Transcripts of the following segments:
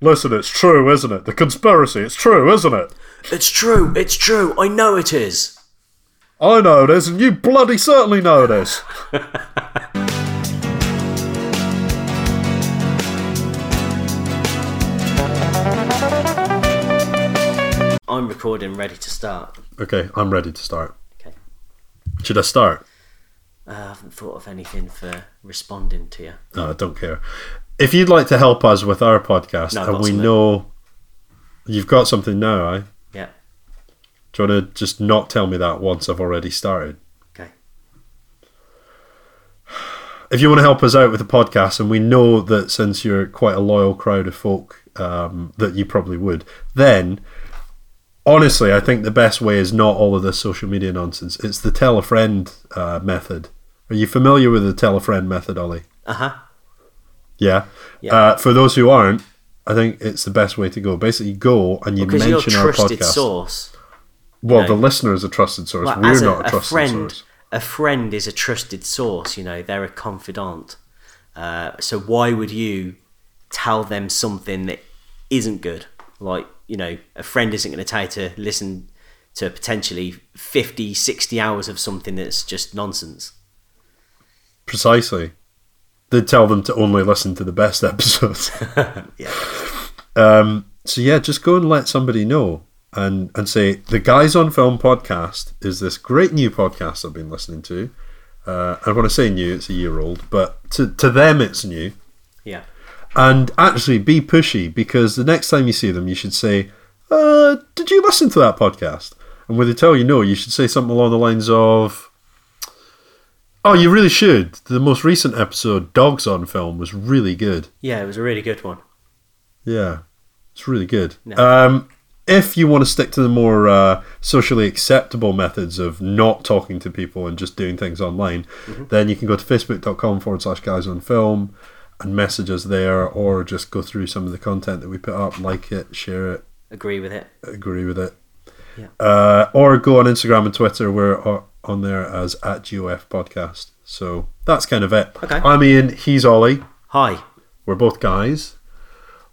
Listen, it's true, isn't it? The conspiracy, it's true, isn't it? It's true. It's true. I know it is. I know it is, and you bloody certainly know it is. I'm recording, ready to start. Okay, I'm ready to start. Okay. Should I start? Uh, I haven't thought of anything for responding to you. No, I don't care. If you'd like to help us with our podcast, No, I've and got we something. know you've got something now, eh? Yeah. Do you want to just not tell me that once I've already started? Okay. If you want to help us out with the podcast, and we know that since you're quite a loyal crowd of folk, um, that you probably would, then honestly, I think the best way is not all of this social media nonsense. It's the tell a friend uh, method. Are you familiar with the tell a friend method, Ollie? Uh huh. Yeah. Yeah. Uh, for those who aren't, I think it's the best way to go. Basically, go and you Because you're mention our trusted podcast. source. Well, No. the listener is a trusted source. Well, We're as a, not a, a trusted friend, source. a friend is a trusted source. You know, they're a confidant. Uh, so why would you tell them something that isn't good? Like, you know, a friend isn't going to tell you to listen to potentially 50, 60 hours of something that's just nonsense. Precisely. They tell them to only listen to the best episodes. Yeah. Um, so yeah, just go and let somebody know and and say the Guys on Film podcast is this great new podcast I've been listening to. Uh, and when I say new, it's a year old, but to to them it's new. Yeah. And actually, be pushy because the next time you see them, you should say, uh, "Did you listen to that podcast?" And when they tell you no, you should say something along the lines of, "Oh, you really should. The most recent episode, Dogs on Film, was really good." Yeah, it was a really good one. Yeah, it's really good. No. Um, if you want to stick to the more uh, socially acceptable methods of not talking to people and just doing things online, Mm-hmm. then you can go to facebook.com forward slash guys on film and message us there or just go through some of the content that we put up, like it, share it, Agree with it. agree with it. Yeah. Uh, or go on Instagram and Twitter. We're o- on there as at GOF Podcast. So that's kind of it. Okay. I'm Ian, he's Ollie. Hi. We're both guys.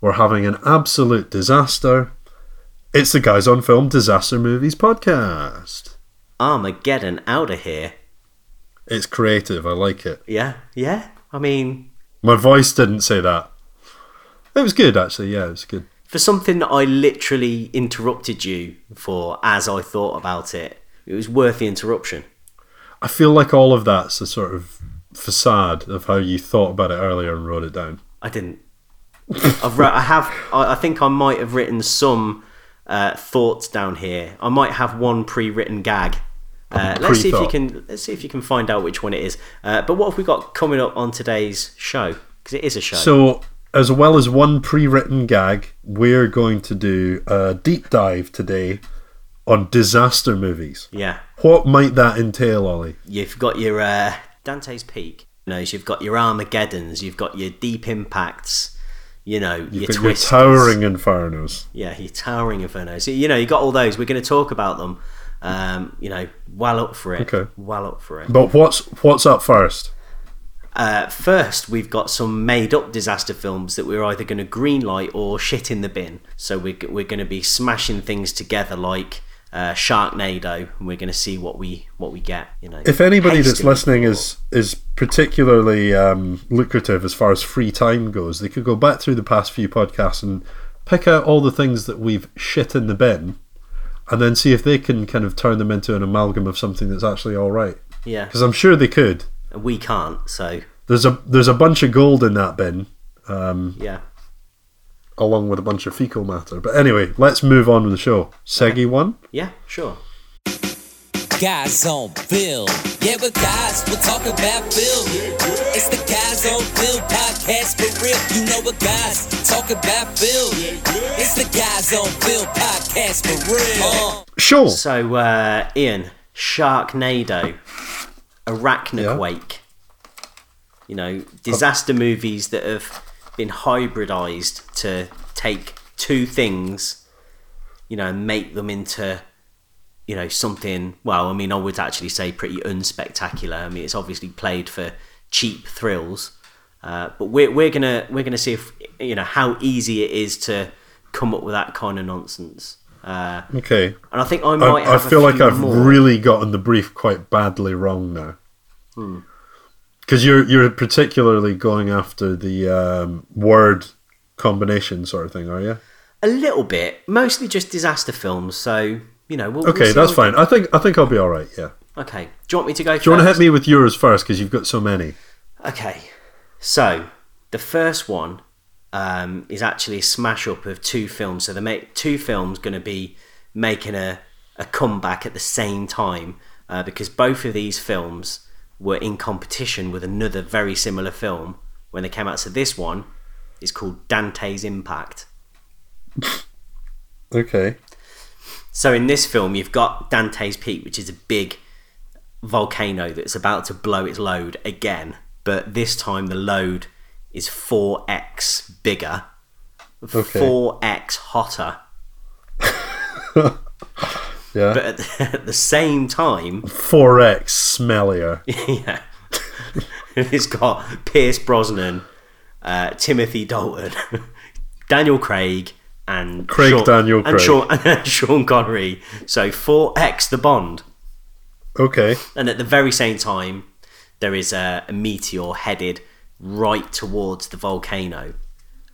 We're having an absolute disaster. It's the Guys on Film Disaster Movies podcast. Armageddon out of here. It's creative. I like it. Yeah. Yeah. I mean, My voice didn't say that. It was good, actually. Yeah, it was good. for something that I literally interrupted you for as I thought about it, it was worth the interruption. I feel like all of that's a sort of facade of how you thought about it earlier and wrote it down. I didn't. I've wrote, I have. I, I think I might have written some uh, thoughts down here. I might have one pre-written gag. Uh, let's see if you Pre-thought. can. Let's see if you can find out which one it is. Uh, but what have we got coming up on today's show? Because it is a show. So, as well as one pre written gag, we're going to do a deep dive today on disaster movies. yeah. What might that entail, Ollie? you've got your uh, Dante's Peak. You know, you've got your Armageddon's, you've got your Deep Impacts. You know, your But you're Twisters. towering infernos. Yeah, your towering infernos. You know, you got all those. We're going to talk about them. Um, you know, well up for it. Okay. Well up for it. But what's what's up first? Uh, first, we've got some made-up disaster films that we're either going to greenlight or shit in the bin. So we're g- we're going to be smashing things together like uh, Sharknado, and we're going to see what we what we get. You know, If anybody that's Hastily. listening is is particularly um, lucrative as far as free time goes, they could go back through the past few podcasts and pick out all the things that we've shit in the bin, and then see if they can kind of turn them into an amalgam of something that's actually all right. yeah, Because I'm sure they could. we can't. So There's a there's a bunch of gold in that bin, um, yeah. along with a bunch of fecal matter. But anyway, let's move on with the show. Seggy one. Yeah, sure. Guys on Bill. Yeah, we're guys, we'll talk about Bill. It's the Guys on Bill podcast for real. You know what guys talk about Bill. It's the Guys on Bill podcast for real. Uh, Sure. So, uh, Ian, Sharknado, Arachnoquake, you know, disaster movies that have been hybridized to take two things, you know, and make them into, you know, something, well, I mean, I would actually say pretty unspectacular. I mean, it's obviously played for cheap thrills. Uh, but we're, we're gonna we're gonna see if you know how easy it is to come up with that kind of nonsense. Uh, Okay. and I think I might. I, I have a feel like few I've more. really gotten the brief quite badly wrong now. Hmm. Because you're you're particularly going after the um, word combination sort of thing, are you? a little bit, mostly just disaster films. So you know, we'll, we'll Okay, see that's how we fine. I think I think I'll be all right. Yeah. go. Okay, do you want me to go? Do you want to hit me with yours first? Because you've got so many. Okay, so the first one um, is actually a smash up of two films. So they make two films going to be making a, a comeback at the same time uh, because both of these films were in competition with another very similar film when they came out. So this one is called Dante's Impact. Okay. So in this film, you've got Dante's Peak, which is a big volcano that's about to blow its load again, but this time the load is 4x bigger, Okay. 4x hotter. Yeah. But at the, at the same time, Four X smellier. yeah, it's got Pierce Brosnan, uh, Timothy Dalton, Daniel Craig, and Craig Sean, Daniel and Craig. Sean, and Sean Connery. So 4x the Bond. Okay. And at the very same time, there is a, a meteor headed right towards the volcano.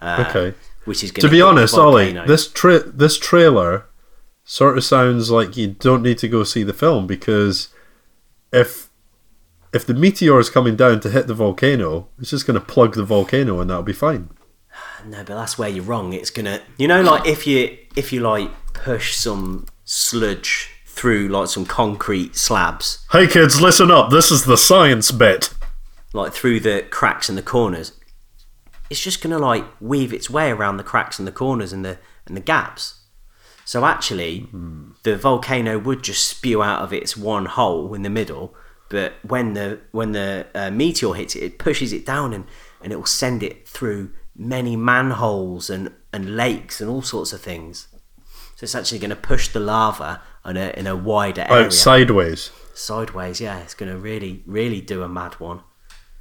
Uh, Okay. Which is going To be honest, Ollie, this tra- this trailer sort of sounds like you don't need to go see the film because if if the meteor is coming down to hit the volcano, it's just going to plug the volcano and that'll be fine. No, but that's where you're wrong. It's gonna, you know, like if you if you like push some sludge through like some concrete slabs, Hey kids, listen up. This is the science bit. like through the cracks and the corners, it's just gonna like weave its way around the cracks and the corners and the and the gaps. So actually, the volcano would just spew out of its one hole in the middle. But when the when the uh, meteor hits it, it pushes it down and and it will send it through many manholes and and lakes and all sorts of things. So it's actually going to push the lava in a in a wider area Out sideways. sideways. Yeah, it's going to really really do a mad one.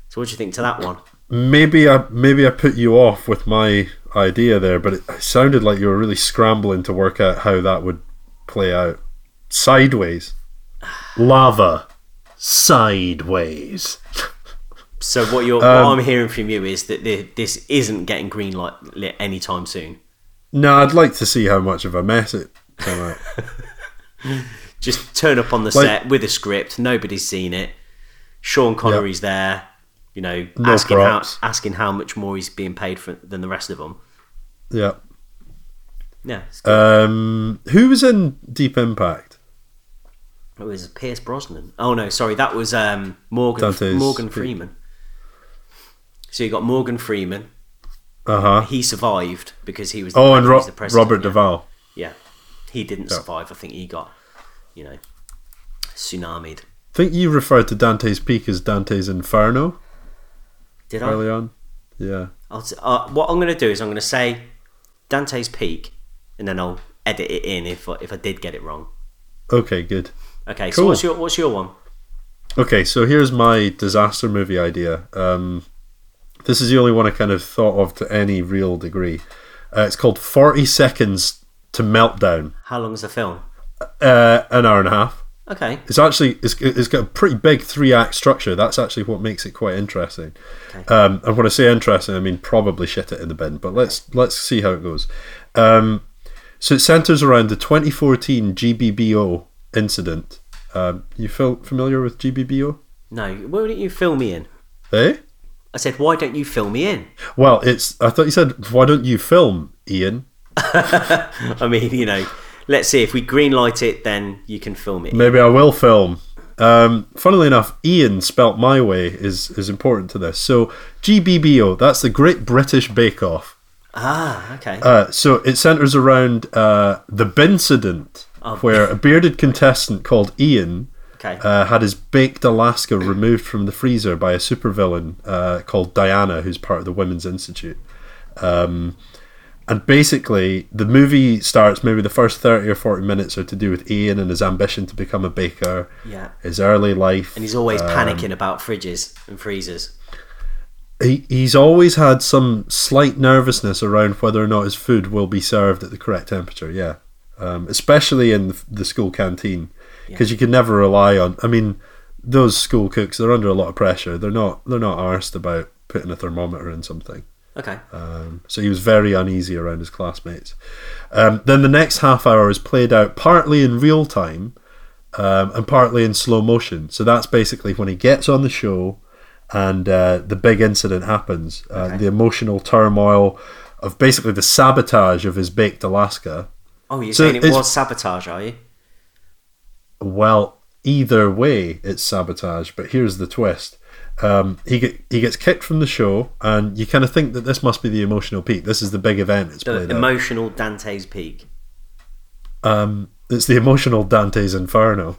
So what do you think to that one? Maybe I maybe I put you off with my idea there, but it sounded like you were really scrambling to work out how that would play out. Sideways. Lava. Sideways. So what you're what Um, I'm hearing from you is that thi- this isn't getting green light lit anytime soon. No, I'd like to see how much of a mess it came out. Just turn up on the Like- set with a script. Nobody's seen it. Sean Connery's there. You know, No asking props. how asking how much more he's being paid for than the rest of them. yeah. Yeah, it's good. Um, who was in Deep Impact? Oh, it was Pierce Brosnan. Oh no, sorry, that was um, Morgan Dante's Morgan Peak. Freeman. So you got Morgan Freeman. Uh huh. He survived because he was. The Oh, and he Ro- was the president, Robert yeah. Duvall. Yeah, he didn't Yeah. survive. I think he got, you know, tsunamied. I think you referred to Dante's Peak as Dante's Inferno Did I? early on. Yeah. I'll t- uh, what I'm going to do is I'm going to say Dante's Peak, and then I'll edit it in if I- if I did get it wrong. Okay, good. Okay, so Cool. what's your what's your one? Okay, so here's my disaster movie idea. Um, this is the only one I kind of thought of to any real degree. Uh, it's called 40 Seconds to Meltdown, How long is the film? uh, an hour and a half. Okay, It's actually it's, it's got a pretty big three act structure. That's actually what makes it quite interesting. Um, and when I say interesting, I mean probably shit it in the bin. But let's let's see how it goes. Um, so it centers around the 2014 GBBO incident. Um, you feel familiar with GBBO? no, why don't you fill me in? Eh? I said, why don't you fill me in? Well, it's. I thought you said, why don't you film, Ian? I mean, you know, let's see if we green light it, then you can film it. Maybe I will film. Um, funnily enough, Ian spelt my way is is important to this. So GBBO, that's the Great British Bake Off. Ah, okay. Uh, so it centres around uh, the Bincident, Oh. where a bearded contestant called Ian Okay. uh, had his baked Alaska removed from the freezer by a supervillain uh, called Diana, who's part of the Women's Institute. Um, and basically, the movie starts maybe the first 30 or 40 minutes are to do with Ian and his ambition to become a baker, Yeah. his early life. And he's always uh, panicking about fridges and freezers. he, he's always had some slight nervousness around whether or not his food will be served at the correct temperature. Yeah, um, especially in the, the school canteen because you can never rely on. I mean, those school cooks they're under a lot of pressure. They're not they're not arsed about putting a thermometer in something. Okay. Um, so he was very uneasy around his classmates. Um, then the next half hour is played out partly in real time um, and partly in slow motion. So that's basically when he gets on the show and uh, the big incident happens. Uh, The emotional turmoil of basically the sabotage of his baked Alaska. Oh, you're So saying it it's- was sabotage, are you? Well, either way, it's sabotage. But here's the twist: um, he get, he gets kicked from the show, and you kind of think that this must be the emotional peak. This is the big event. It's The played out. emotional Dante's peak. Um, it's the emotional Dante's Inferno.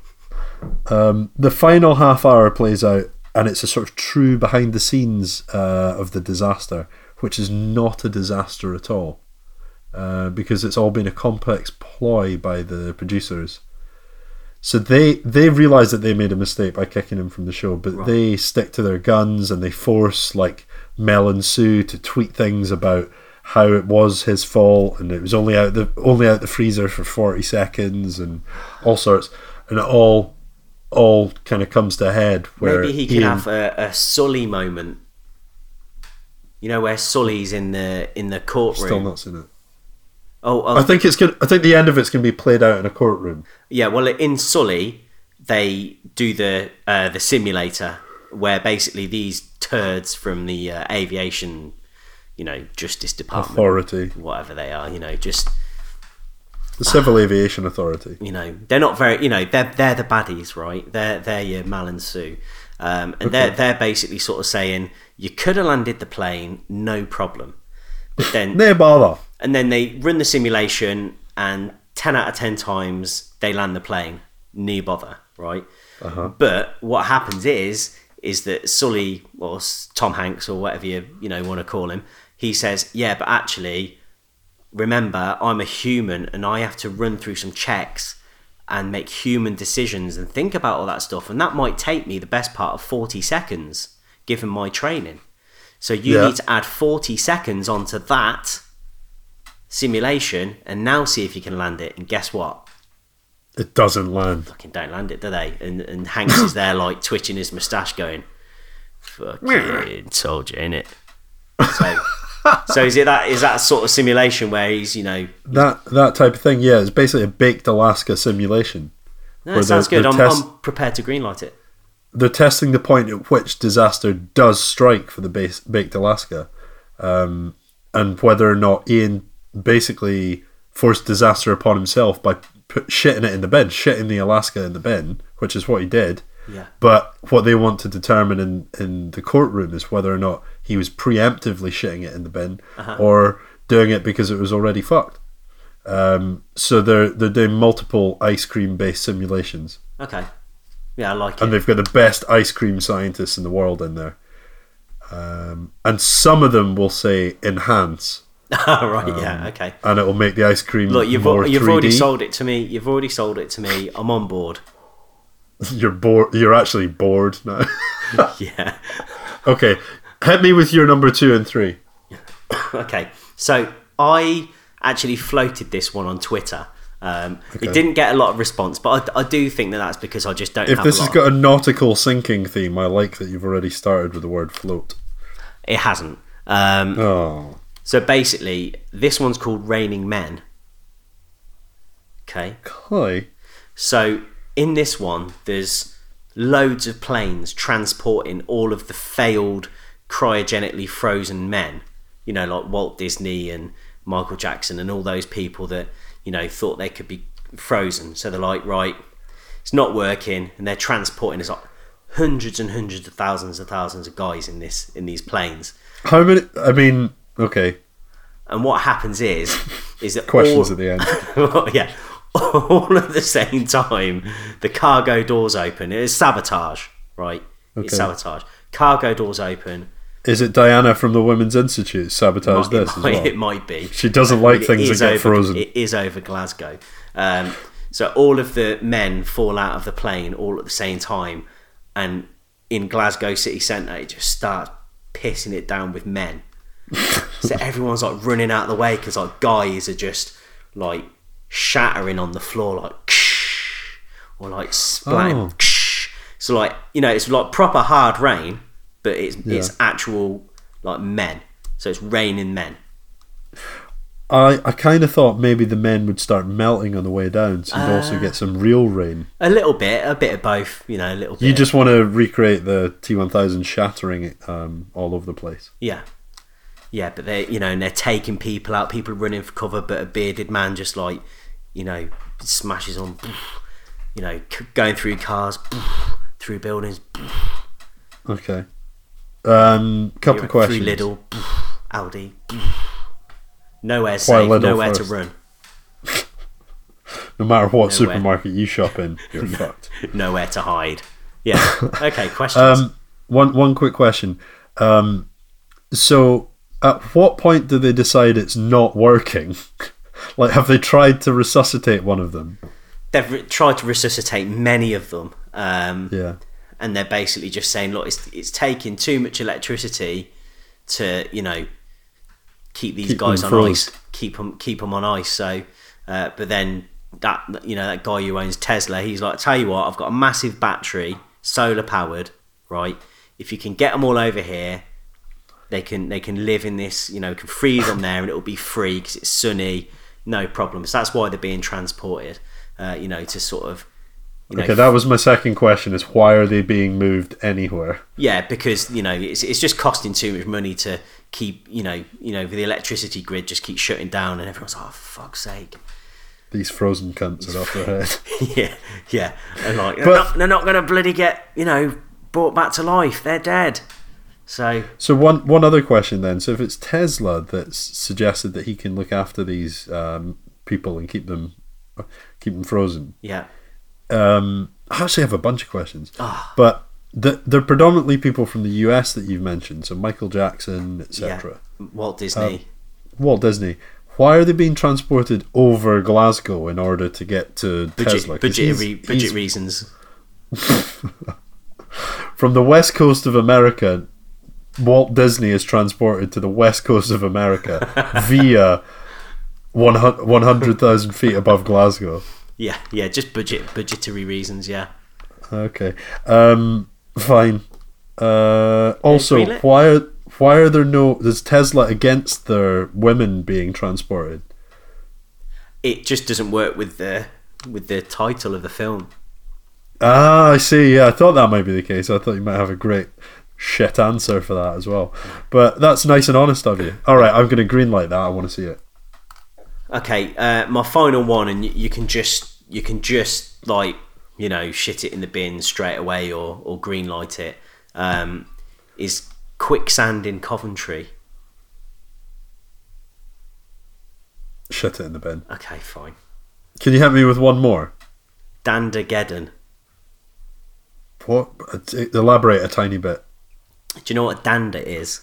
Um, the final half hour plays out, and it's a sort of true behind the scenes uh, of the disaster, which is not a disaster at all, uh, because it's all been a complex ploy by the producers. So they they realise that they made a mistake by kicking him from the show, but Right. they stick to their guns and they force like Mel and Sue to tweet things about how it was his fault and it was only out the only out the freezer for forty seconds and all sorts, and it all all kind of comes to a head where Maybe he could Ian- have a, a Sully moment. You know where Sully's in the in the courtroom. still not seen it. Oh, oh I think it's good. I think the end of it's going to be played out in a courtroom. yeah. Well, in Sully, they do the uh, the simulator where basically these turds from the uh, aviation, you know, Justice Department, Authority, whatever they are, you know, just the Civil Aviation Authority. you know they're not very you know they're they're the baddies right they're they're your mal and sue um, and they're they're basically sort of saying you could have landed the plane no problem but then No bother. and then they run the simulation and 10 out of 10 times they land the plane no bother right but what happens is is that sully or S- tom hanks or whatever you you know want to call him he says yeah but actually remember i'm a human and i have to run through some checks and make human decisions and think about all that stuff and that might take me the best part of 40 seconds given my training so you Yeah. need to add 40 seconds onto that simulation and now see if you can land it. And guess what? It doesn't land. Fucking don't land it, do they? And and Hanks is there like twitching his moustache, going, "Fucking told you, innit?" So, so is it that is that sort of simulation where he's you know That that type of thing. Yeah, it's basically a baked Alaska simulation. no, Where it sounds they're- good. they're I'm, test- I'm prepared to greenlight it. they're testing the point at which disaster does strike for the base, baked Alaska, um, and whether or not Ian basically forced disaster upon himself by put, shitting it in the bin, shitting the Alaska in the bin, which is what he did. Yeah. But what they want to determine in, in the courtroom is whether or not he was preemptively shitting it in the bin or doing it because it was already fucked. Um, so they're they're doing multiple ice cream based simulations Okay. Yeah, I like and it. they've got the best ice cream scientists in the world in there. Um, and some of them will say enhance, All right. yeah. Okay. and it'll make the ice cream Look, you've um, more al- you've already 3D. sold it to me. You've already sold it to me. I'm on board. You're bored. You're actually bored now. Yeah. okay, hit me with your number two and three. Okay, so I actually floated this one on Twitter. Um, Okay. It didn't get a lot of response, but I, I do think that that's because I just don't. If have this a lot has got a nautical sinking theme, I like that you've already started with the word float. it hasn't. Um, Oh, So basically, this one's called "Raining Men." Okay, Clay. so in this one, there's loads of planes transporting all of the failed cryogenically frozen men. You know, like Walt Disney and Michael Jackson and all those people that you know thought they could be frozen. So they're like, right, it's not working and they're transporting us like hundreds and hundreds of thousands and thousands of guys in this in these planes How many? I mean, okay. and what happens is is that Questions all, at the end. yeah all at the same time the cargo doors open it's sabotage right Okay. it's sabotage cargo doors open Is it Diana from the Women's Institute sabotage it, this as might, well? it might be She doesn't like It things that is get over- frozen. It is over Glasgow. Um, so all of the men fall out of the plane all at the same time, and in Glasgow city centre, it just starts pissing it down with men. so everyone's like running out of the way because like guys are just like shattering on the floor like or like Oh. splatting. So like you know it's like proper hard rain, but it's it's actual like men. So it's raining men. I, I kind of thought maybe the men would start melting on the way down, so you'd also get some real rain. A little bit, a bit of both. You know, a little bit. You just want to recreate the T1000 shattering it um, all over the place. Yeah. Yeah, but they're you know, and they're taking people out, people are running for cover, but a bearded man just like, you know, smashes on you know, c- going through cars, through buildings, Okay. Um, couple through questions. Lidl, Aldi. Nowhere safe, Lidl nowhere first. to run. No matter what No way. supermarket you shop in, you're fucked. Nowhere to hide. Yeah. Okay, questions. Um, one one quick question. Um, so, at what point do they decide it's not working? like, have they tried to resuscitate one of them? They've re- tried to resuscitate many of them. Um, Yeah. and they're basically just saying, look, it's, it's taking too much electricity to, you know, keep these Keep guys on them ice, keep them, on ice. So, uh, but then that, you know, that guy who owns Tesla, he's like, tell you what, I've got a massive battery, solar powered, right? If you can get them all over here, they can they can live in this, you know, can freeze on there, and it'll be free because it's sunny, no problems. That's why they're being transported, uh, you know, to sort of. You know, Okay, that was my second question: is why are they being moved anywhere? Yeah, because you know it's, it's just costing too much money to keep you know you know the electricity grid just keeps shutting down and everyone's like, oh, for fuck's sake. These frozen cunts are off their head. yeah, yeah, and like they're But- not, they're not going to bloody get you know brought back to life. They're dead. So So one one other question then: so if it's Tesla that's suggested that he can look after these um, people and keep them keep them frozen, yeah, um, I actually have a bunch of questions, Ah. but the, they're predominantly people from the US that you've mentioned, so Michael Jackson, yeah. etc. Um, Walt Disney. Walt Disney. Why are they being transported over Glasgow in order to get to budget, Tesla? 'Cause budget, he's- re- he's budget reasons. from the west coast of America. Walt Disney is transported to the west coast of America via 100 100,000 feet above Glasgow. Yeah, yeah, just budget budgetary reasons. Yeah. Okay. Um. Fine. Uh. Also, Reel it? why are why are there no? Is Tesla against their women being transported? It just doesn't work with the with the title of the film. Ah, I see. Yeah, I thought that might be the case. I thought you might have a great shit answer for that as well. But that's nice and honest of you. All right, I'm going to greenlight that. I want to see it. Okay, uh, my final one, and you, you can just you can just like you know shit it in the bin straight away or or green light it. Um, is quicksand in Coventry? Shit it in the bin. Okay, fine. Can you help me with one more? Dandageddon. What? Elaborate a tiny bit. Do you know what danda is?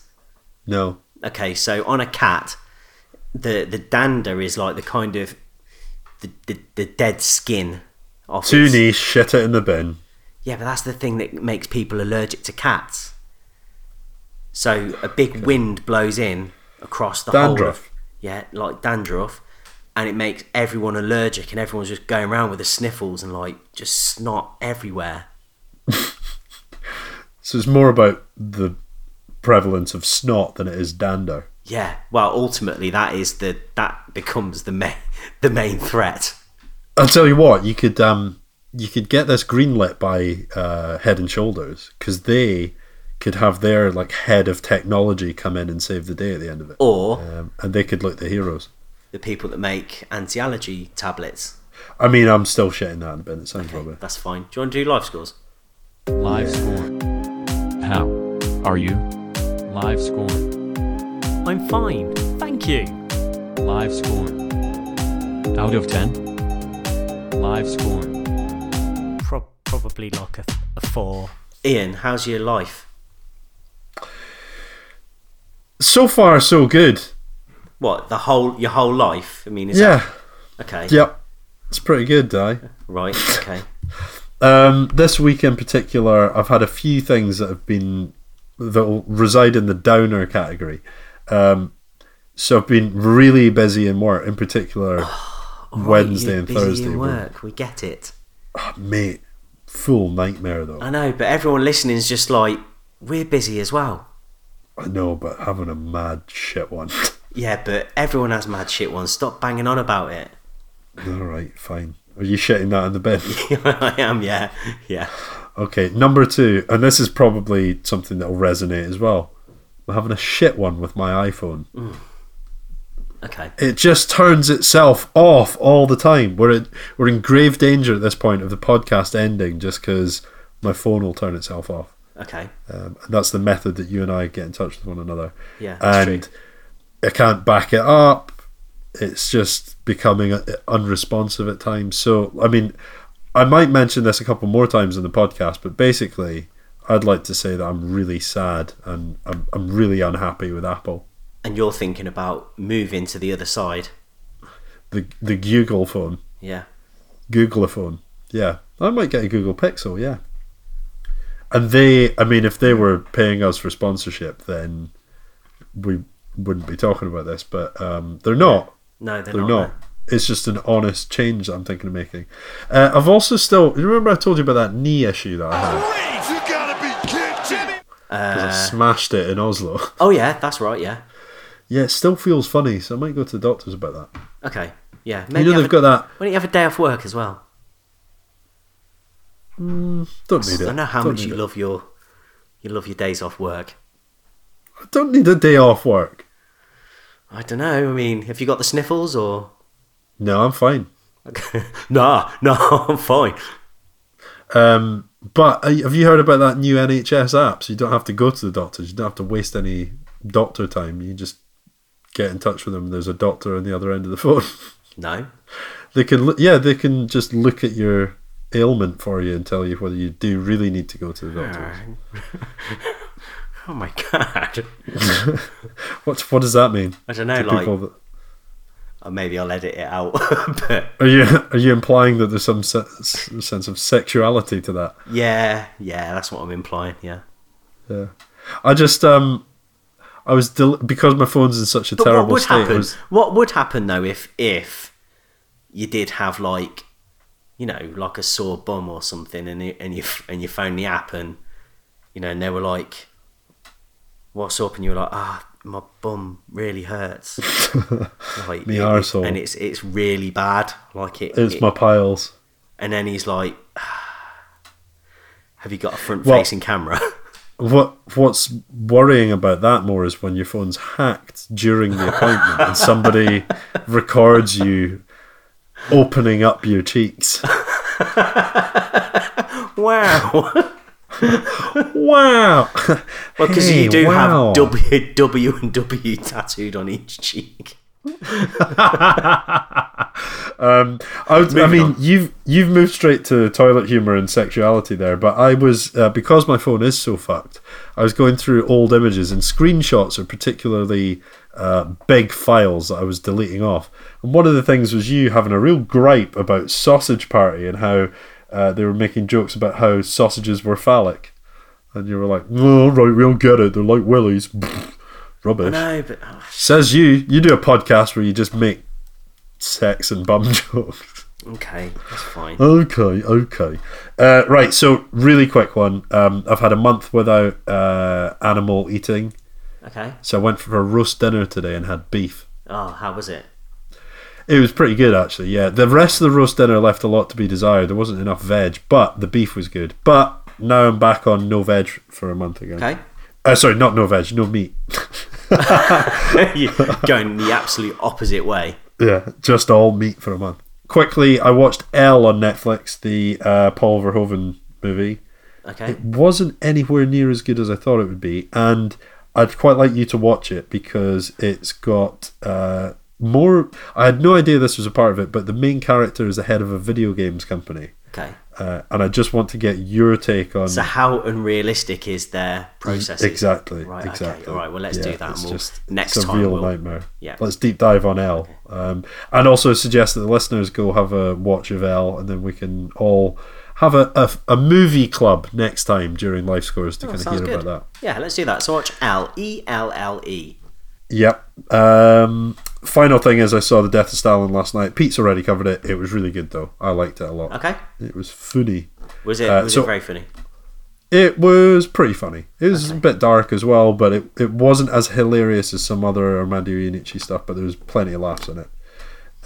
No. Okay, so on a cat, the the dander is like the kind of the the, the dead skin off. Two its- knees. Shit it in the bin. Yeah, but that's the thing that makes people allergic to cats. So a big wind blows in across the whole Dandruff. of yeah, like dandruff, and it makes everyone allergic, and everyone's just going around with the sniffles and like just snot everywhere. So it's more about the prevalence of snot than it is dander. Yeah, well, ultimately that is the that becomes the main the main threat. I'll tell you what, you could um, you could get this greenlit by uh, Head and Shoulders because they could have their like head of technology come in and save the day at the end of it, Or um, and they could look the heroes. the people that make anti-allergy tablets. I mean, I'm still shitting that in the bin. It sounds rubbish. That's fine. Do you want to do life scores? Live score. How are you? Live score. I'm fine, thank you. Live score. Out of 10. Live score. Pro- probably like a, a four. Ian, how's your life? So far, so good. What the whole your whole life? I mean, is Yeah, that, okay, yep, it's pretty good, Di. right, okay. Um, this week in particular, I've had a few things that have been that'll reside in the downer category. Um, so I've been really busy in work, in particular Wednesday You're and busy Thursday. in were- work. We get it. ah, Mate, full nightmare though. I know, but everyone listening's just like we're busy as well. I know, but having a mad shit one. Yeah, but everyone has mad shit ones. Stop banging on about it. All right, fine. Are you shitting that in the bin? I am, yeah, yeah. Okay, number two, and this is probably something that'll resonate as well. I'm having a shit one with my iPhone. Okay. It just turns itself off all the time. We're in, we're in grave danger at this point of the podcast ending just because my phone will turn itself off. Okay. Um, and that's the method that you and I get in touch with one another. Yeah, that's and I can't back it up. It's just becoming uh, unresponsive at times. So, I mean, I might mention this a couple more times in the podcast, but basically, I'd like to say that I'm really sad and I'm, I'm really unhappy with Apple. And you're thinking about moving to the other side. The the Google phone, Yeah. Google phone. Yeah, I might get a Google Pixel. Yeah, and they, I mean, if they were paying us for sponsorship, then we wouldn't be talking about this. But um, they're not. No, they're, They're not. not. It's just an honest change that I'm thinking of making. Uh, I've also still. You remember I told you about that knee issue that I had? You gotta be kidding me! 'Cause Uh, I smashed it in Oslo. Oh yeah, that's right. Yeah. yeah, it still feels funny, so I might go to the doctors about that. Okay. Yeah. You know have they've got a- that. Why don't you have a day off work as well? Don't need it. I know how Don't much need you it. love your you love your days off work. I don't need a day off work. I don't know. I mean, have you got the sniffles or? No, I'm fine. nah, no, I'm fine. Um, but uh, have you heard about that new NHS app? So you don't have to go to the doctors. You don't have to waste any doctor time. You just get in touch with them. There's a doctor on the other end of the phone. No. They can, look, yeah, they can just look at your ailment for you and tell you whether you do really need to go to the doctor. Oh my god. What's what does that mean? I don't know. to like, people that, uh, maybe I'll edit it out. but are you are you implying that there's some se- s- sense of sexuality to that? yeah, yeah, that's what I'm implying. Yeah. Yeah, I just um, I was del- because my phone's in such a But terrible what would state. it happen? was- What would happen though if if you did have like you know like a sore bum or something and you, and you and you phone the app and you know and they were like what's up and you were like ah my bum really hurts like Me it- arsehole. and it's it's really bad like it, it's it- my piles. and then he's like "Ah, have you got a front Well- facing camera What what's worrying about that more is when your phone's hacked during the appointment and somebody records you opening up your cheeks. wow Wow. well because Hey, you do wow. have w w and w tattooed on each cheek Um, I, would- I mean, you've you've moved straight to toilet humor and sexuality there, but I was uh, because my phone is so fucked. I was going through old images and screenshots are particularly uh, big files that I was deleting off. And one of the things was you having a real gripe about Sausage Party and how uh, they were making jokes about how sausages were phallic, and you were like, "No, right, we all get it. They're like willies." Rubbish. No, but oh, Says you. You do a podcast where you just make sex and bum jokes. okay, that's fine. Okay, okay. Uh, right, so really quick one. Um, I've had a month without uh, animal eating, Okay. so I went for a roast dinner today and had beef. Oh, how was it? It was pretty good, actually. Yeah, the rest of the roast dinner left a lot to be desired. There wasn't enough veg, but the beef was good. But now I'm back on no veg for a month again. Okay. Uh, sorry, not no veg, no meat. You're going the absolute opposite way. Yeah, just all meat for a month. Quickly, I watched L on Netflix, the uh, Paul Verhoeven movie. Okay. it wasn't anywhere near as good as I thought it would be, and I'd quite like you to watch it because it's got uh, more. I had no idea this was a part of it, but the main character is the head of a video games company, Okay. uh, and I just want to get your take on So how unrealistic is their process? exactly, Right. exactly. Okay. All right. Well, let's Yeah, do that. it's and we'll, just- next it's a time. real we'll, nightmare. yeah. let's deep dive on L, um, and also suggest that the listeners go have a watch of L, and then we can all have a, a, a movie club next time during Life Scores to Oh, kind of sounds hear good. about that. Yeah, let's do that. So watch L E L L E. Yep. Um, final thing is, I saw the Death of Stalin last night. Pete's already covered it. It was really good though. I liked it a lot. Okay. It was funny. Was it Uh, was so- it very funny? It was pretty funny. It was a bit dark as well, but it, it wasn't as hilarious as some other Armando Iannucci stuff. But there was plenty of laughs in it.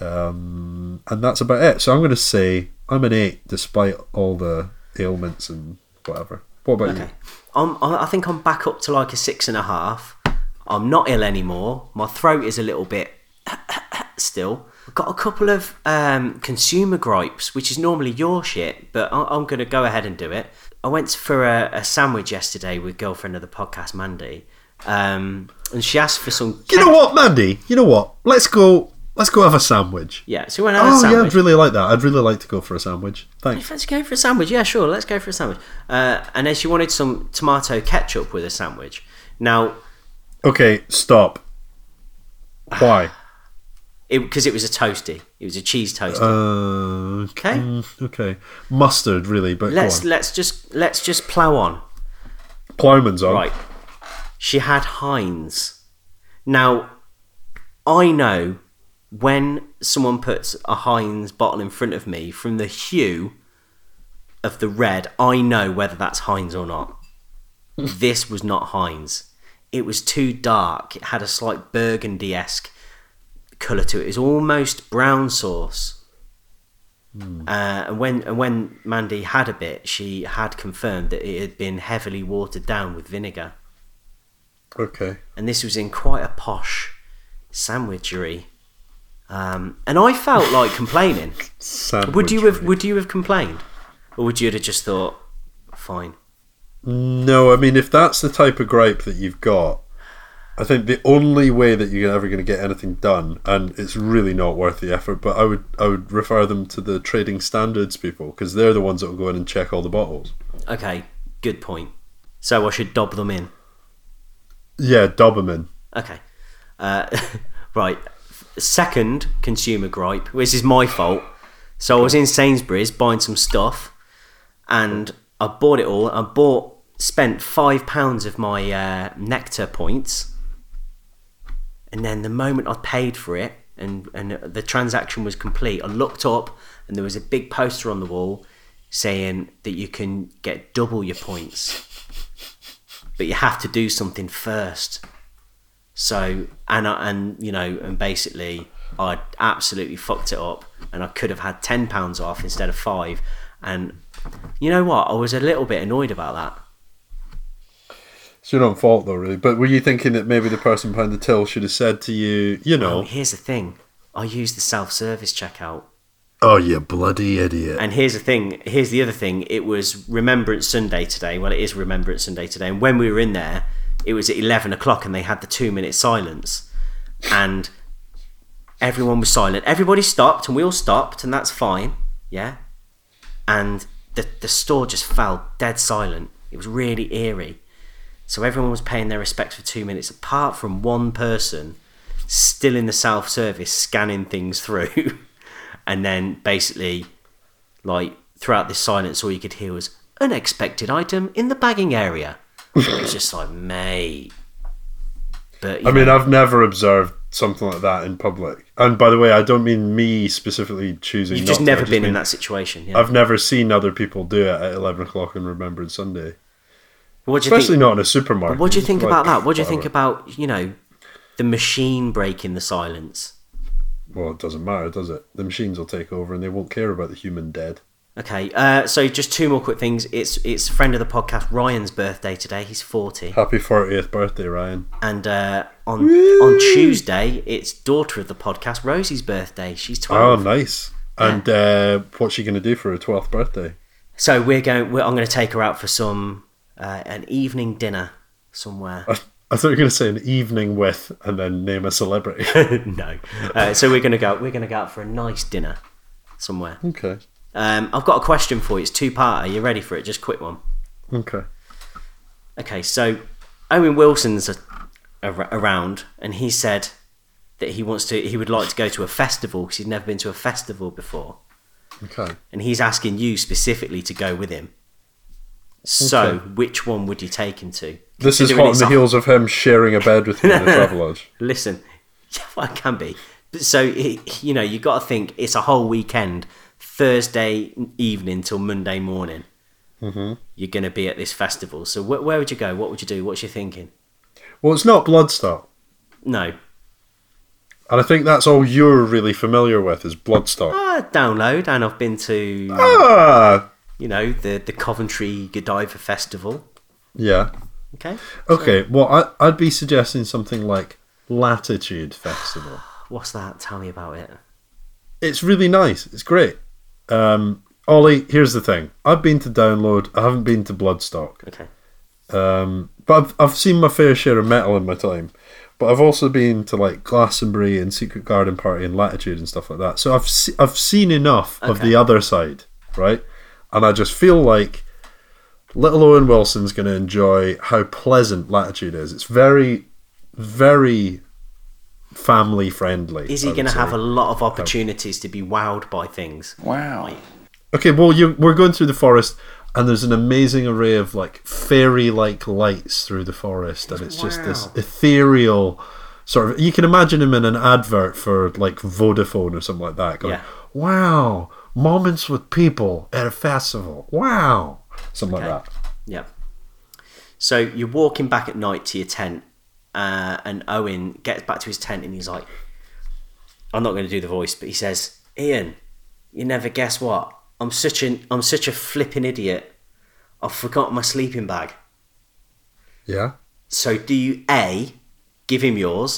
Um, and that's about it. So I'm going to say I'm an eight, despite all the ailments and whatever. What about you? Okay. I'm, I I think I'm back up to like a six and a half. I'm not ill anymore. My throat is a little bit still. I've got a couple of um, consumer gripes, which is normally your shit, but I- I'm going to go ahead and do it. I went for a, a sandwich yesterday with girlfriend of the podcast, Mandy, um, and she asked for some. You know what, Mandy? You know what? Let's go. Let's go have a sandwich. Yeah, so we went out Oh a yeah, I'd sandwich. really like that. I'd really like to go for a sandwich. You Thanks. fancy going for a sandwich? Yeah, sure. Let's go for a sandwich. Uh, and then she wanted some tomato ketchup with a sandwich. Now, Okay, stop. Why? because it, was a toasty, it was a cheese toasty. Uh, Okay. mm, Okay. Mustard, really, but let's go on. let's just let's just plow on. Plowman's on. Right. She had Heinz. Now, I know when someone puts a Heinz bottle in front of me from the hue of the red, I know whether that's Heinz or not. this was not Heinz. It was too dark. It had a slight burgundy esque colour to it. It was almost brown sauce. Uh, and when and when Mandy had a bit, she had confirmed that it had been heavily watered down with vinegar, Okay. and this was in quite a posh sandwichery. Um, and I felt like complaining. Sandwich. Would you have Would you have complained, or would you have just thought, fine? No, I mean, if that's the type of gripe that you've got, I think the only way that you're ever going to get anything done, and it's really not worth the effort, but I would I would refer them to the trading standards people because they're the ones that will go in and check all the bottles. Okay, good point. So I should dob them in. Yeah, Doberman. Okay. Uh, right. Second consumer gripe. This is my fault. So I was in Sainsbury's buying some stuff, and I bought it all. I bought, spent five pounds of my uh, nectar points, and then the moment I paid for it and and the transaction was complete, I looked up and there was a big poster on the wall saying that you can get double your points, but you have to do something first. So and I, and you know and basically I absolutely fucked it up, and I could have had ten pounds off instead of five. And you know what? I was a little bit annoyed about that. It's your own fault though, really. But were you thinking that maybe the person behind the till should have said to you, you But know, Here's the thing: I used the self-service checkout, oh you bloody idiot? and here's the thing. Here's the other thing: it was Remembrance Sunday today. Well, it is Remembrance Sunday today, and when we were in there, it was at eleven o'clock, and they had the two-minute silence, and everyone was silent. Everybody stopped, and we all stopped, and that's fine. Yeah, and the, the store just fell dead silent. It was really eerie. So everyone was paying their respects for two minutes, apart from one person still in the self service scanning things through. and then basically, like, throughout this silence, all you could hear was unexpected item in the bagging area. it was just like, mate. But, you I mean, know, I've never observed something like that in public. And by the way, I don't mean me specifically choosing. you've just not to, I never been in mean that situation. Yeah. I've never seen other people do it at eleven o'clock on Remembrance Sunday, What do you especially think? not in a supermarket. What do you think Like, about that? What do you think whatever. about, you know, the machine breaking the silence? Well, it doesn't matter, does it? The machines will take over, and they won't care about the human dead. Okay, uh, so just two more quick things. It's it's friend of the podcast Ryan's birthday today. He's forty, Happy fortieth birthday, Ryan. and uh, on on Tuesday it's daughter of the podcast Rosie's birthday. She's Oh, twelve. nice. And uh, what's she going to do for her twelfth birthday? So we're going. We're, I'm going to take her out for some uh, an evening dinner somewhere. I thought you were going to say an evening with, and then name a celebrity. no, uh, so we're going to go. We're going to go out for a nice dinner somewhere. okay. Um, I've got a question for you. It's two part. Are you ready for it? Just quick one. Okay. Okay, so Owen Wilson's a, a, around, and he said that he wants to, he would like to go to a festival because he'd never been to a festival before. Okay. and he's asking you specifically to go with him. So, Okay. which one would you take him to? This is Considering hot on it's the a- heels of him sharing a bed with me in a travel lodge. Listen, yeah, well, it can be. But so he- you know, you got to think it's a whole weekend, Thursday evening till Monday morning. Mm-hmm. You're going to be at this festival. So wh- where would you go? What would you do? What's your thinking? Well, it's not Bloodstock. No, And I think that's all you're really familiar with is Bloodstock. ah, download, and I've been to Ah! you know the the Coventry Godiva Festival. Yeah. Okay, Okay, well, I, I'd be suggesting something like Latitude Festival. what's that? Tell me about it. It's really nice. It's great. Um, Ollie, here's the thing. I've been to Download. I haven't been to Bloodstock. Okay, Um, but I've, I've seen my fair share of metal in my time. But I've also been to like Glastonbury and Secret Garden Party and Latitude and stuff like that. So I've se- I've seen enough of Okay. the other side, right? And I just feel like little Owen Wilson's going to enjoy how pleasant Latitude is. It's very, very family friendly. is he going to have a lot of opportunities to be wowed by things? Okay, well, you we're going through the forest, and there's an amazing array of like fairy-like lights through the forest, and it's just this Wow. ethereal sort of. You can imagine him in an advert for like Vodafone or something like that. Going, Yeah. "Wow, moments with people at a festival. Wow, something like that." Yeah. So you're walking back at night to your tent, uh, and Owen gets back to his tent and he's like, "I'm not going to do the voice," but he says, "Ian, you never guess what? I'm such an I'm such a flipping idiot. I've forgotten my sleeping bag. Yeah, So do you a give him yours?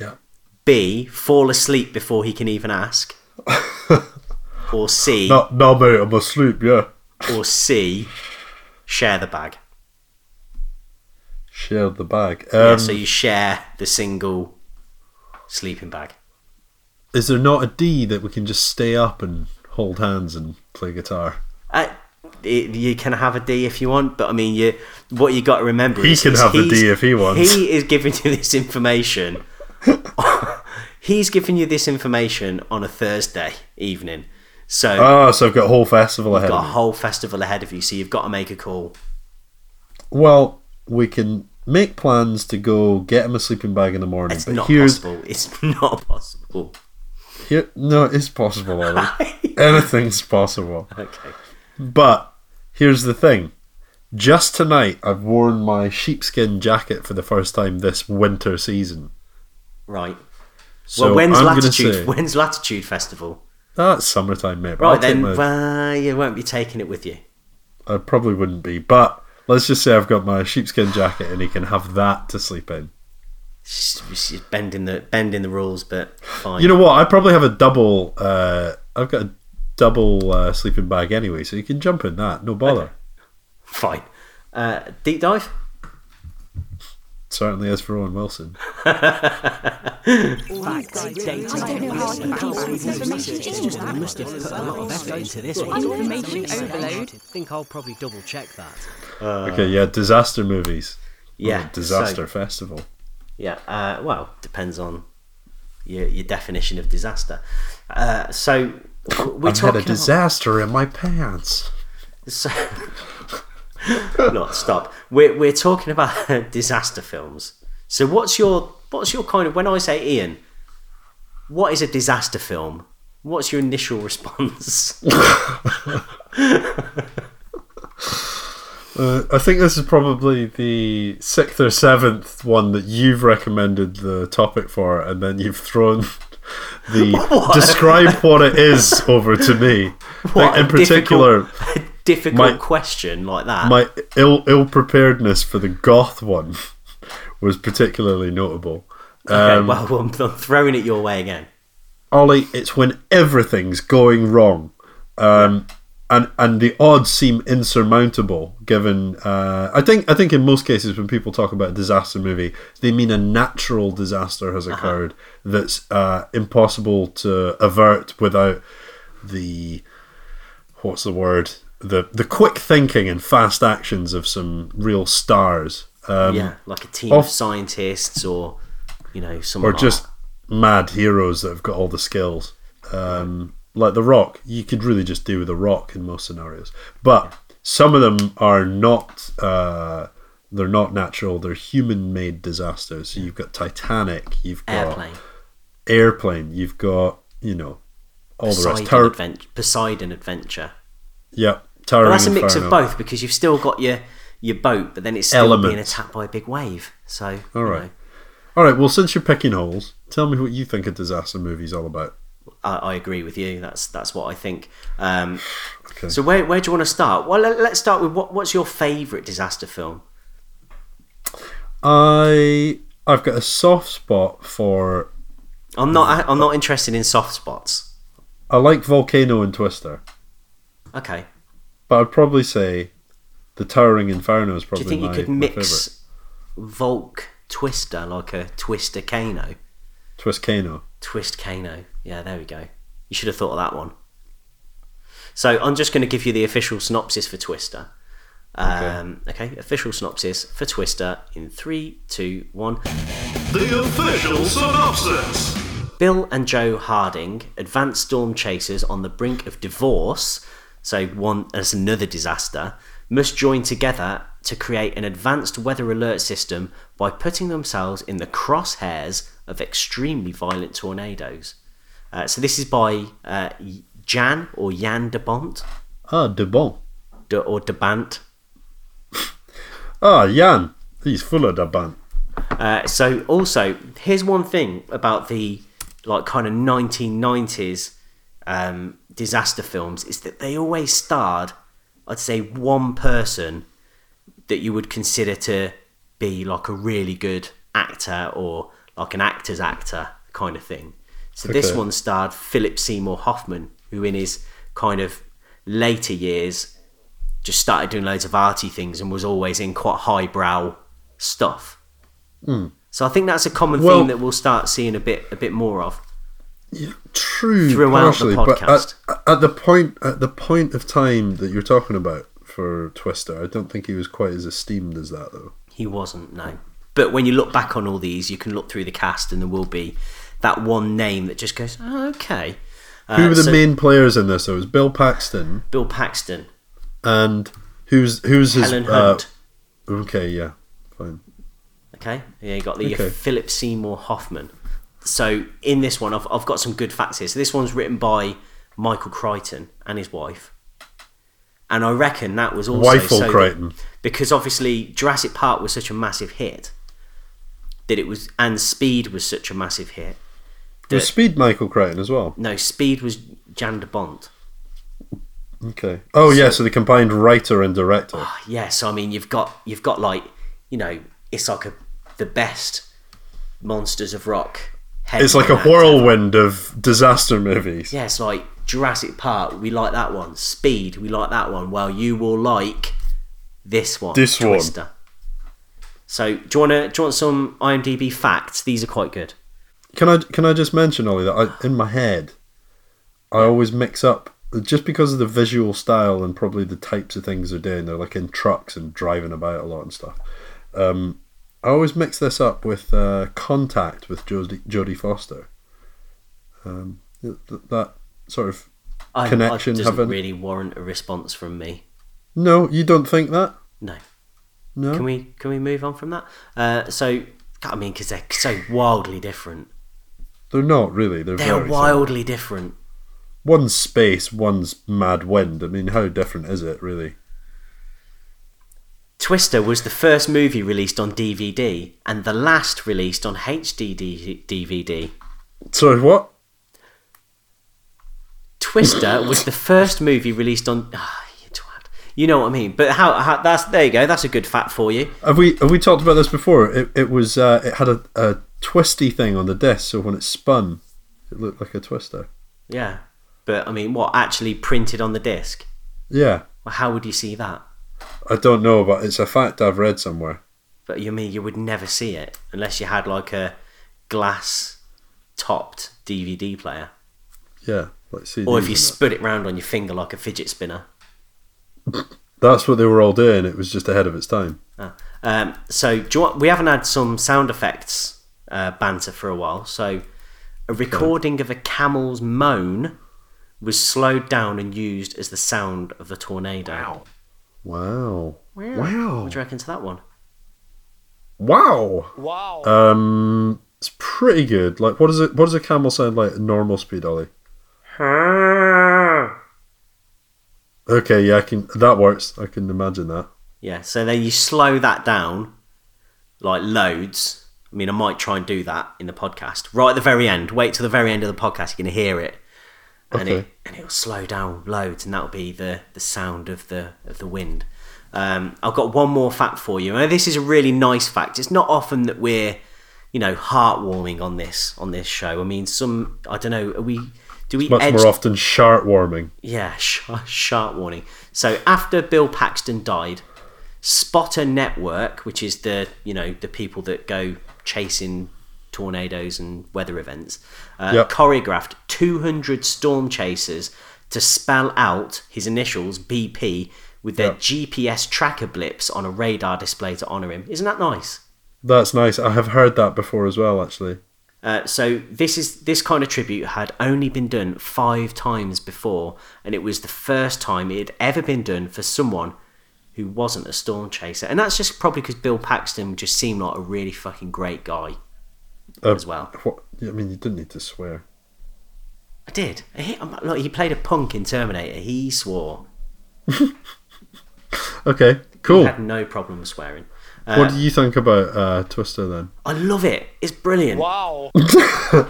Yeah. B fall asleep before he can even ask, or C not no, mate. I'm asleep. Yeah, or C share the bag. shared the bag. yeah, Um, so you share the single sleeping bag. is there not a D that we can just stay up and hold hands and play guitar? Uh, it, you can have a D if you want, but I mean, you what you got to remember He is can is have the he's- D if he wants. He is giving you this information. he's giving you this information on a Thursday evening, so Ah, so I've got a whole festival ahead. you've of got me. a whole festival ahead of you. So you've got to make a call. Well, we can make plans to go get him a sleeping bag in the morning. It's but not here's possible. It's not possible. here, no, it's possible, Ollie. Anything's possible. Okay. But here's the thing: just tonight, I've worn my sheepskin jacket for the first time this winter season. Right. So well, when's I'm gonna latitude? say- When's latitude festival? That's summertime, mate. but I'll Right take then, my- well, you won't be taking it with you. I probably wouldn't be, but. Let's just say I've got my sheepskin jacket and he can have that to sleep in. She's, she's bending the bending the rules, but fine. You know what? I probably have a double. Uh, I've got a double uh, sleeping bag anyway, so you can jump in that. No bother. fine. Uh, deep dive. Certainly is for Owen Wilson. think I'll probably double check that. okay, yeah, disaster movies. Yeah. Or disaster so- festival. yeah. Uh, well, depends on your your definition of disaster. Uh, so w- we're I've had talking a disaster in my pants. About, so, not stop. We're we're talking about disaster films. So what's your what's your kind of when I say Ian, what is a disaster film? What's your initial response? Uh, I think this is probably the sixth or seventh one that you've recommended the topic for, and then you've thrown the describe what it is over to me. What, in a particular, difficult- a difficult my- question like that. my ill ill preparedness for the goth one was particularly notable. okay, um, well, I'm, I'm throwing it your way again. Ollie, it's when everything's going wrong, um, and and the odds seem insurmountable. Given, uh, I think I think in most cases when people talk about a disaster movie, they mean a natural disaster has occurred that's uh, impossible to avert without the what's the word the the quick thinking and fast actions of some real stars. Um, yeah, like a team off- of scientists or you know someone or like just that. mad heroes that have got all the skills. Um, Like The Rock, you could really just do with The Rock in most scenarios. But some of them are not. Uh, they're not natural. They're human-made disasters. So you've got Titanic. You've got Airplane. Airplane, You've got you know all the Poseidon, rest. Tower, Advent- Poseidon Adventure. yeah, Tower. But that's a mix of Inferno. both because you've still got your your boat, but then it's still being Elements. attacked by a big wave. So All right. All right. Well, since you're picking holes, tell me what you think a disaster movie's all about. I, I agree with you. That's that's what I think. Um, Okay. So where where do you want to start? Well, let, us start with what what's your favourite disaster film? I I've got a soft spot for I'm Mm. not I'm not interested in soft spots. I like Volcano and Twister, Okay. but I'd probably say the Towering Inferno is Do probably you think you my, could my favorite. mix Volk Twister like a Twister Kano? Twist Kano. Twist Kano. Yeah, there we go. You should have thought of that one. So I'm just going to give you the official synopsis for Twister. Um, okay. official synopsis for Twister in three, two, one. The official synopsis. Bill and Joe Harding, advanced storm chasers on the brink of divorce, so one as another disaster, must join together to create an advanced weather alert system by putting themselves in the crosshairs of extremely violent tornadoes. Uh, so this is by uh, Jan or Jan de Bont Ah, de bon. de, or de Bant. Ah, Jan. He's full of da ban. Uh, so also, here's one thing about the like kind of 1990s um, disaster films is that they always starred, I'd say, one person that you would consider to be like a really good actor or like an actor's actor kind of thing. So this Okay. one starred Philip Seymour Hoffman, who in his kind of later years just started doing loads of arty things and was always in quite highbrow stuff. So I think that's a common Well- theme that we'll start seeing a bit a bit more of. True. Throughout the partially, but podcast. at, at the point at the point of time that you're talking about for Twister, I don't think he was quite as esteemed as that though. He wasn't, no. But when you look back on all these, you can look through the cast and there will be that one name that just goes, oh, okay. Uh, Who were the so main players in this? though? It was Bill Paxton Bill Paxton, and who's who's his Helen uh, Hunt. okay, yeah, fine. Okay, yeah, you got the uh, Okay. Philip Seymour Hoffman. So in this one, I've, I've got some good facts here. So this one's written by Michael Crichton and his wife, and I reckon that was also Wifel so that- Crichton. because obviously Jurassic Park was such a massive hit that it was, and Speed was such a massive hit. Was Speed Michael Crichton as well? No, Speed was Jan de Bont. Okay. Oh yeah, so the combined writer and director. Ah, yeah, so I mean, you've got you've got like you know, it's like a the best monsters of rock. It's like a headline act whirlwind of disaster movies. Yeah, it's like Jurassic Park, we like that one. Speed, we like that one. Well, you will like this one. This one. Twister. So, do you want to do you want some IMDb facts? These are quite good. Can I can I just mention Ollie that I, in my head, I always mix up just because of the visual style and probably the types of things they're doing. They're like in trucks and driving about a lot and stuff. Um, I always mix this up with uh, Contact with Jodie Jodie Foster. Um, th- th- that sort of I, Connection I doesn't haven't- really warrant a response from me. no, you don't think that? No. No. Can we can we move on from that? Uh, so, I mean, because they're so wildly different. They're not really. They're, They're very wild. wildly different. One's space, one's mad wind. I mean, how different is it really? Twister was the first movie released on DVD and the last released on HD DVD. So what? Twister was the first movie released on. Ah, you twat. You know what I mean. But how, how? That's there you go. That's a good fact for you. Have we have we talked about this before? It, it was uh, it had a, a twisty thing on the disc, so when it spun, it looked like a twister. Yeah. But I mean, what actually printed on the disc? Yeah, Well, how would you see that? I don't know, but it's a fact I've read somewhere. But you mean you would never see it unless you had like a glass topped DVD player, Yeah, let's see. or if you these and split it round on your finger like a fidget spinner. that. that's what they were all doing. It was just ahead of its time. Ah. Um, so do you want, we haven't had some sound effects uh, banter for a while. So a recording of a camel's moan was slowed down and used as the sound of the tornado. Wow. Wow. What do you reckon to that one? Wow. Wow. Um, it's pretty good. Like, what does it? What does a camel sound like at normal speed, Ollie? Okay, yeah, I can. That works. I can imagine that. Yeah, so then you slow that down like loads. I mean, I might try and do that in the podcast right at the very end. Wait till the very end of the podcast, you're going to hear it. And, it, Okay. and it'll slow down loads, and that'll be the, the sound of the of the wind. Um, I've got one more fact for you. And this is a really nice fact. It's not often that we're, you know, heartwarming on this on this show. I mean, some I don't know. Are we do we Much edge more often, sharp warming. yeah, sh- sharp warning. So after Bill Paxton died, Spotter Network, which is the you know the people that go chasing tornadoes and weather events, uh, Yep. choreographed 200 storm chasers to spell out his initials BP with their Yep. GPS tracker blips on a radar display to honor him. Isn't that nice? That's nice. I have heard that before as well, actually. Uh, so this is this kind of tribute had only been done five times before, and it was the first time it had ever been done for someone who wasn't a storm chaser, and that's just probably because Bill Paxton just seemed like a really fucking great guy Uh, as well. What, I mean, you didn't need to swear. I did. He, I'm- look, he played a punk in Terminator. He swore. Okay, cool. Had no problem swearing. what do you think about uh, Twister then? I love it. It's brilliant. Wow. Uh,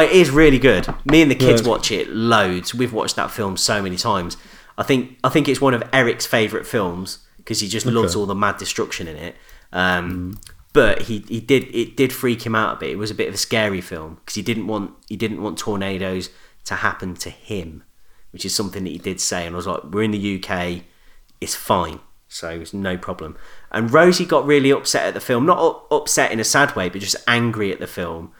it is really good. Me and the kids Yeah. watch it loads. We've watched that film so many times. I think I think it's one of Eric's favourite films because he just loves Okay. all the mad destruction in it. Um, But he, he did it did freak him out a bit. It was a bit of a scary film because he didn't want he didn't want tornadoes to happen to him, which is something that he did say. And I was like, we're in the UK, it's fine. So it's no problem. And Rosie got really upset at the film, not u- upset in a sad way, but just angry at the film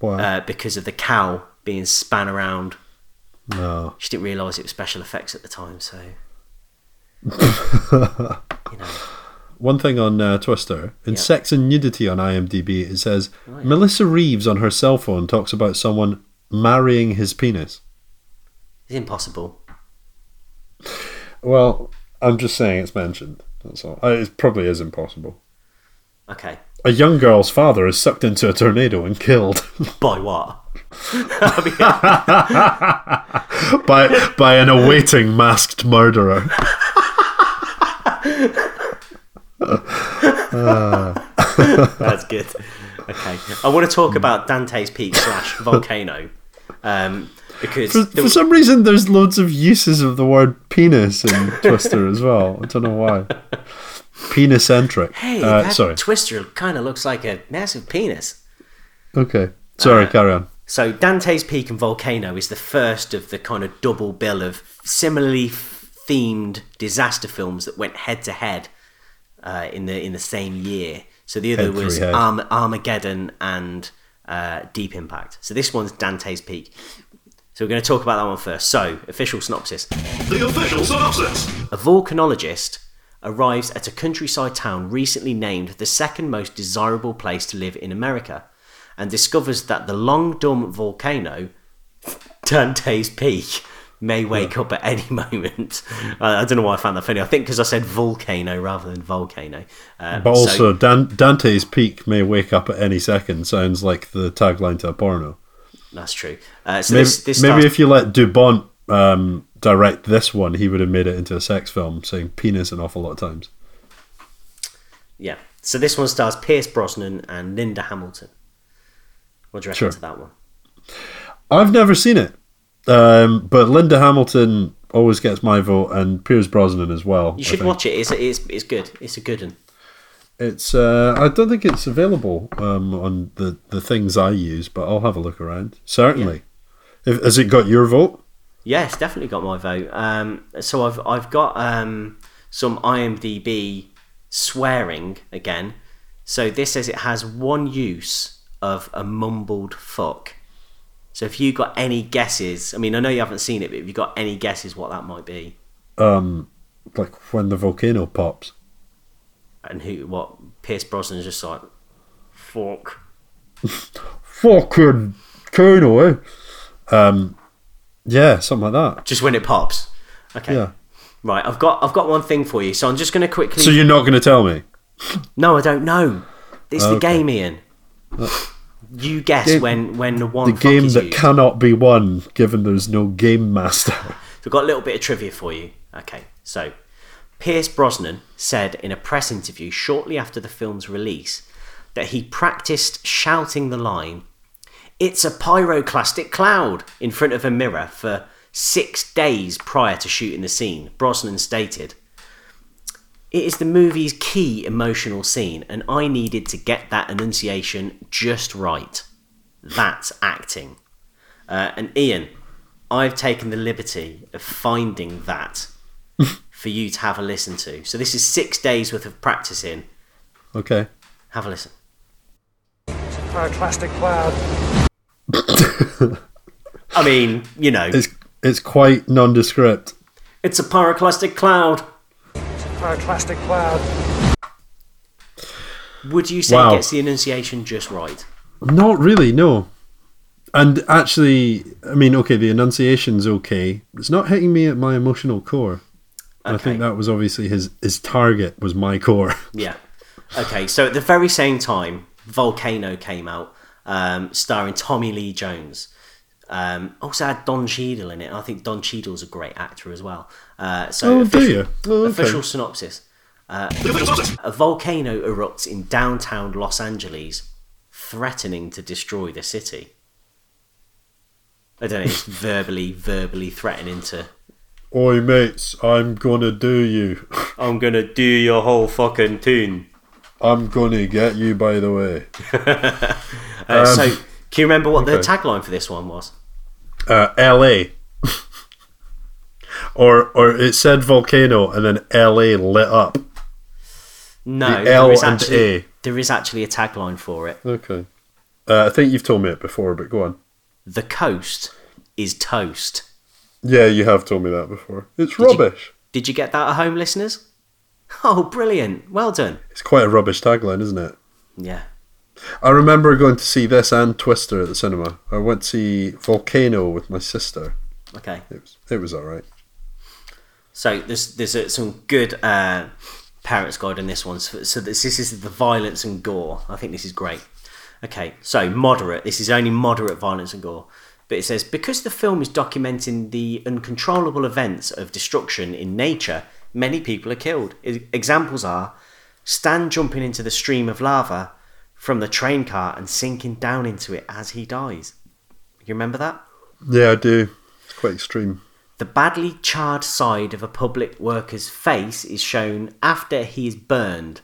Wow. uh, because of the cow being span around. no. She didn't realise it was special effects at the time, so you know. One thing on uh, Twister in Yeah. Sex and Nudity on IMDb, it says Melissa Reeves on her cell phone talks about someone marrying his penis. It's impossible. Well, I'm just saying it's mentioned. That's all. Uh, It probably is impossible. Okay. A young girl's father is sucked into a tornado and killed By what? I mean, by by an awaiting masked murderer. that's good. Okay. I want to Hmm. talk about Dante's Peak slash volcano. Um, because For, there for was- some reason, there's loads of uses of the word penis in Twister as well. I don't know why. Penicentric. hey, Uh, that sorry. twister kind of looks like a massive penis. Okay. Uh, Sorry. carry on. So Dante's Peak and Volcano is the first of the kind of double bill of similarly themed disaster films that went head to head uh, in the in the same year. So the other Head was through head. Arm- Armageddon and uh, Deep Impact. So this one's Dante's Peak. So we're going to talk about that one first. So official synopsis: The official synopsis. a volcanologist arrives at a countryside town recently named the second most desirable place to live in America and discovers that the long dumb volcano, Dante's Peak, may wake up at any moment. I I don't know why I found that funny. I think because I said volcano rather than volcano. Um, But so- also, Dan- Dante's peak may wake up at any second. Sounds like the tagline to a porno. that's true. Uh, so Maybe, this, this maybe starts- if you let Dubont um, direct this one, he would have made it into a sex film, saying penis an awful lot of times. yeah. So this one stars Pierce Brosnan and Linda Hamilton. What do you reckon Sure. to that one? I've never seen it, um, but Linda Hamilton always gets my vote, and Piers Brosnan as well. You should I think. watch it. It's, it's, it's good. It's a good one. It's. Uh, I don't think it's available um, on the the things I use, but I'll have a look around. Certainly. If, has it got your vote? Yes, definitely got my vote. Um, so I've I've got um, some IMDb swearing again. So this says it has one use of a mumbled fuck. So if you got any guesses, I mean, I know you haven't seen it, but if you got any guesses what that might be Um, like when the volcano pops. and who what Pierce Brosnan's just like fuck. Fucking Colonel, eh? Um, Yeah, something like that. Just when it pops. Okay. Yeah. Right, I've got I've got one thing for you. So I'm just going to quickly. So you're not going to tell me? no, I don't know. It's the Oh, Okay. game, Ian. You guess Game- when when the one The game is that used. cannot be won, given there's no game master. So I've got a little bit of trivia for you. Okay, so Pierce Brosnan said in a press interview shortly after the film's release that he practiced shouting the line, It's a pyroclastic cloud, in front of a mirror for six days prior to shooting the scene. Brosnan stated, It is the movie's key emotional scene, and I needed to get that enunciation just right. That's acting. Uh, and Ian, I've taken the liberty of finding that for you to have a listen to. So this is six days worth of practicing. Okay. Have a listen. Pyroclastic cloud. I mean, you know, It's it's quite nondescript. it's a pyroclastic cloud. Pyroclastic cloud. Would you say Wow. it gets the enunciation just right? Not really, no. And actually, I mean, okay, the enunciation's okay. It's not hitting me at my emotional core. I Okay. think that was obviously his his target was my core. Yeah. Okay, so at the very same time, Volcano came out, um, starring Tommy Lee Jones. Um, also had Don Cheadle in it. and I think Don Cheadle's a great actor as well. Uh, so Oh, do official, you? Oh, okay. official synopsis. Uh, The official synopsis. A volcano erupts in downtown Los Angeles, threatening to destroy the city. I don't know, it's verbally, verbally threatening to. Oi, mates, I'm gonna do you. I'm gonna do your whole fucking tune. I'm gonna get you. By the way, Uh, so, can you remember what the okay. tagline for this one was? uh, L.A. or or it said volcano and then L.A. lit up. No, The there L is and actually A. there is actually a tagline for it. Okay. Uh, I think you've told me it before, but go on. The coast is toast. Yeah, you have told me that before. It's rubbish. Did you get that at home, listeners? Oh, brilliant! Well done. It's quite a rubbish tagline, isn't it? Yeah. I remember going to see this and Twister at the cinema. I went to see Volcano with my sister. Okay. It was it was all right. So there's there's uh some good uh, parents guide in this one. So, so this this is the violence and gore. I think this is great. Okay, so moderate. This is only moderate violence and gore. But it says because the film is documenting the uncontrollable events of destruction in nature, many people are killed. E- examples are Stan jumping into the stream of lava from the train car and sinking down into it as he dies. You remember that? Yeah, I do. It's quite extreme. The badly charred side of a public worker's face is shown after he is burned.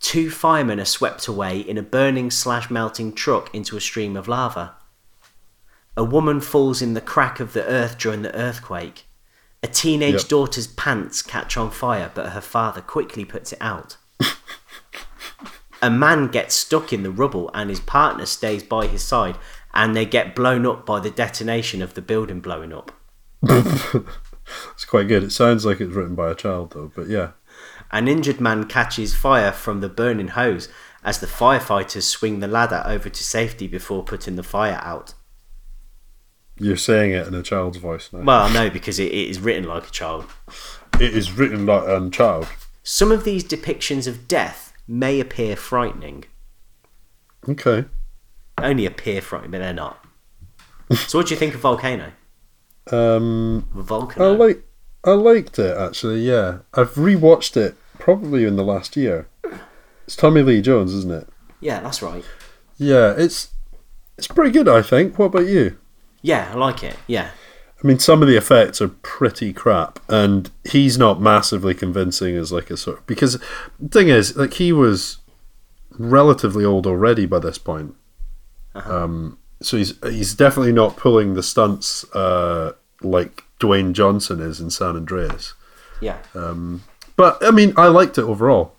Two firemen are swept away in a burning slash melting truck into a stream of lava. A woman falls in the crack of the earth during the earthquake. A teenage Yep. daughter's pants catch on fire, but her father quickly puts it out. a man gets stuck in the rubble and his partner stays by his side, and they get blown up by the detonation of the building blowing up. It's quite good. It sounds like it's written by a child though, but yeah. An injured man catches fire from the burning hose as the firefighters swing the ladder over to safety before putting the fire out. You're saying it in a child's voice now. Well, no, because it, it is written like a child. It is written like a child. Some of these depictions of death may appear frightening. Okay. Only appear frightening, but they're not. so, what do you think of Volcano? Um Volcano. I like I liked it actually, yeah. I've rewatched it probably in the last year. It's Tommy Lee Jones, isn't it? yeah, that's right. Yeah, it's it's pretty good I think. What about you? Yeah, I like it. Yeah. I mean, some of the effects are pretty crap, and he's not massively convincing as like a sort. Because the thing is, like he was relatively old already by this point, um, so he's he's definitely not pulling the stunts uh, like Dwayne Johnson is in San Andreas. Yeah. But I mean, I liked it overall.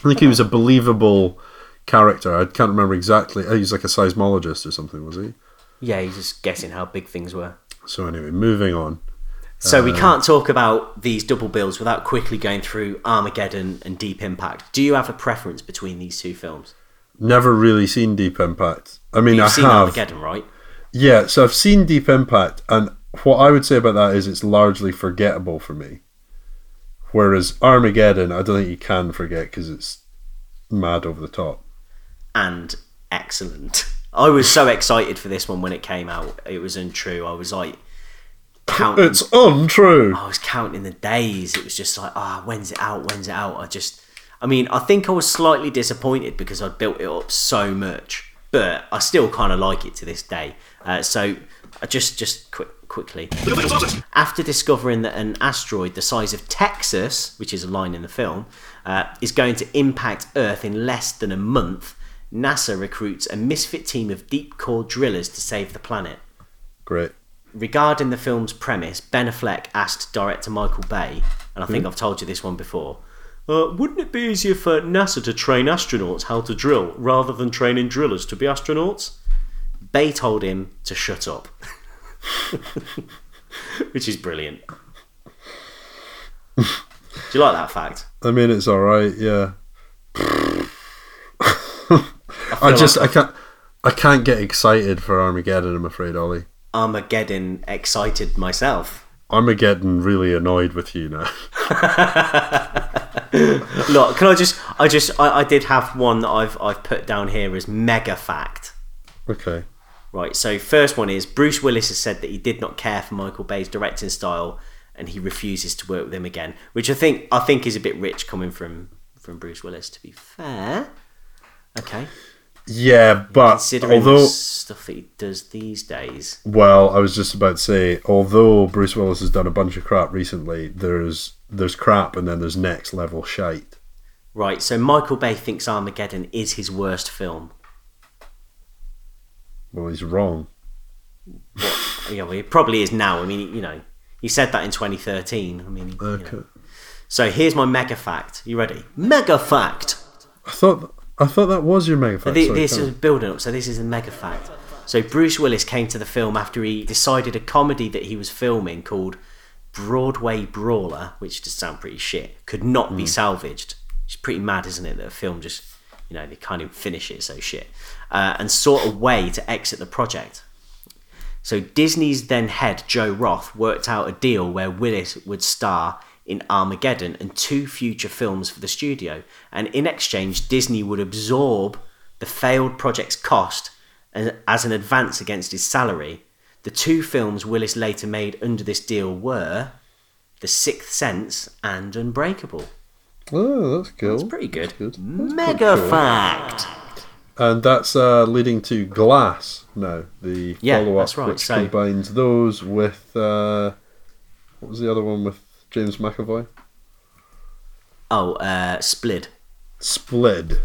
I think he was a believable character. I can't remember exactly. He was like a seismologist or something, was he? yeah, he's just guessing how big things were. So anyway, moving on. So Uh, we can't talk about these double bills without quickly going through Armageddon and Deep Impact. Do you have a preference between these two films? Never really seen Deep Impact. I mean, You've I seen have. Armageddon, right? Yeah, so I've seen Deep Impact, and what I would say about that is it's largely forgettable for me. Whereas Armageddon, I don't think you can forget because it's mad over the top. and excellent. I was so excited for this one when it came out. It was untrue. I was like counting. It's untrue. I was counting the days. It was just like, ah, when's it out? When's it out? I just, I mean, I think I was slightly disappointed because I'd built it up so much, but I still kind of like it to this day. Uh, so, I just, just quick, quickly, The official synopsis. after discovering that an asteroid the size of Texas, which is a line in the film, uh, is going to impact Earth in less than a month, NASA recruits a misfit team of deep core drillers to save the planet. Great. Regarding the film's premise, Ben Affleck asked director Michael Bay, and I think I've told you this one before, uh, wouldn't it be easier for NASA to train astronauts how to drill rather than training drillers to be astronauts? Bay told him to shut up, which is brilliant. Do you like that fact? I mean, it's all right. Yeah. I, feel just like- I can't I can't get excited for Armageddon. I'm afraid, Ollie. Armageddon excited myself. I'm getting really annoyed with you now. Look, can I just, I just, I, I did have one that I've, I've put down here as mega fact. okay. Right, so first one is Bruce Willis has said that he did not care for Michael Bay's directing style and he refuses to work with him again, which I think I think is a bit rich coming from from Bruce Willis to be fair. Okay. Yeah, but Considering although the stuff that he does these days. Well, I was just about to say, although Bruce Willis has done a bunch of crap recently, there's there's crap and then there's next level shite. Right, so Michael Bay thinks Armageddon is his worst film. Well, he's wrong. Yeah, well, it probably is now. I mean, you know, he said that in 2013. I mean, you know. Okay. so here's my mega fact. You ready? Mega fact. I thought I thought that was your mega fact. Thi- Sorry, this carry is on. building up, so this is a mega fact. So Bruce Willis came to the film after he decided a comedy that he was filming called Broadway Brawler, which does sound pretty shit, could not be Hmm. salvaged. It's pretty mad, isn't it? That a film just, you know, they can't even finish it, so shit. Uh, and sought a way to exit the project. So Disney's then head Joe Roth worked out a deal where Willis would star in Armageddon and two future films for the studio, and in exchange, Disney would absorb the failed project's cost a- as an advance against his salary. The two films Willis later made under this deal were The Sixth Sense and Unbreakable. oh, that's cool. It's pretty good. That's good. Mega fact. And that's uh, leading to Glass now, the Yeah, follow up, that's right, which so- combines those with uh, what was the other one with James McAvoy? Oh, uh, Split. Split.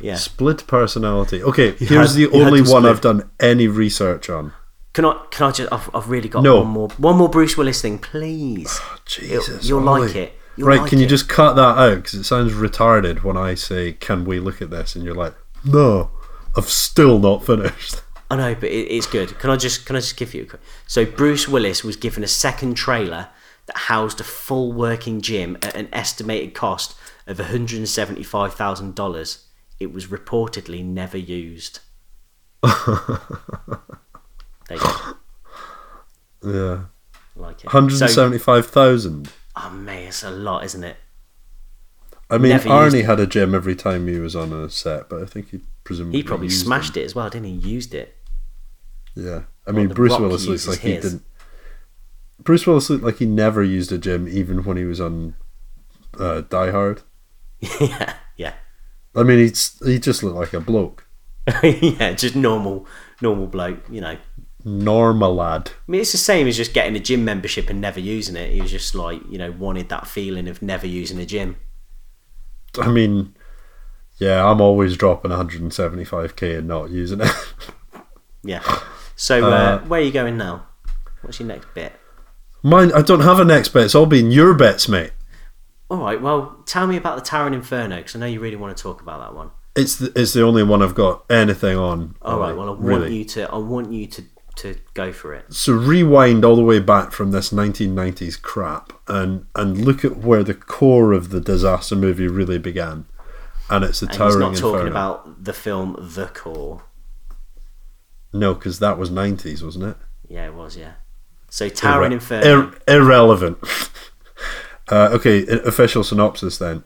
Yeah. Split personality. Okay, You here's had- the you had only to one split. I've done any research on. Can I? Can I just? I've, I've really got No. one more. One more Bruce Willis thing, please. Jesus, you'll Ollie. like it. You'll right? like can you it. just cut that out? Because it sounds retarded when I say, "Can we look at this?" And you're like, "No, I've still not finished." I know, but it, it's good. Can I just can I just give you a quick? So Bruce Willis was given a second trailer that housed a full working gym at an estimated cost of one hundred and seventy five thousand dollars. It was reportedly never used. there you go. Yeah, Like it. hundred and So, seventy-five thousand. oh mate, it's a lot, isn't it? I mean, never used Arnie it. had a gym every time he was on a set, but I think he presumably He probably used smashed it as well, didn't he? He Used it. them. Yeah, I mean, The Bruce Rock Willis looks uses like his. he didn't. Bruce Willis looked like he never used a gym, even when he was on uh, Die Hard. yeah, yeah, I mean, he's he just looked like a bloke, yeah. Just normal, normal bloke, you know. normal lad. I mean, it's the same as just getting a gym membership and never using it. He was just like, you know, wanted that feeling of never using a gym. I mean, yeah, I'm always dropping 175k and not using it. Yeah. So, uh, where are you going now? What's your next bit? Mine, I don't have a next bet. It's all been your bets, mate. All right. Well, tell me about the Towering Inferno because I know you really want to talk about that one. It's the, it's the only one I've got anything on. All right. Ollie, Well, I want really. you to. I want you to to go for it. So rewind all the way back from this 1990s crap and and look at where the core of the disaster movie really began, and it's the And he's towering not talking inferno. about the film The Core. no, because that was 90s, wasn't it? Yeah, it was. Yeah. So Tower and Irre- Inferno. ir- irrelevant. Uh, okay, i- official synopsis then.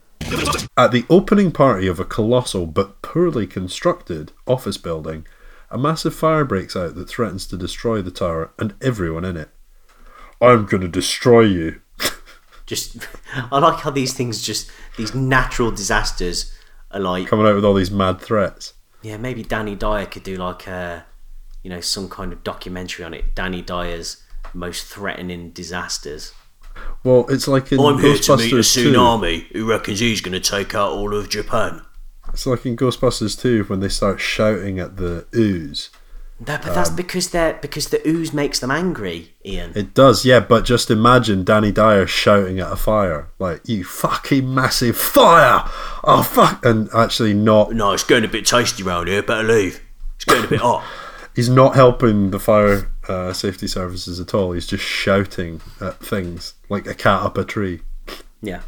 At the opening party of a colossal but poorly constructed office building, a massive fire breaks out that threatens to destroy the tower and everyone in it. I'm going to destroy you. just I like how these things just these natural disasters are like Coming out with all these mad threats. yeah maybe Danny Dyer could do like a you know some kind of documentary on it Danny Dyer's most threatening disasters. Well, it's like in Ghostbusters 2. who reckons he's going to take out all of Japan. It's like in Ghostbusters 2 when they start shouting at the ooze. No, but that's because they're because the ooze makes them angry, Ian. Um, It does, yeah, but just imagine Danny Dyer shouting at a fire, like, you fucking massive fire! Oh, fuck! And actually, not, no, it's getting a bit tasty round here. Better leave. It's getting a bit hot. he's not helping the fire uh, safety services at all. He's just shouting at things, like a cat up a tree. Yeah.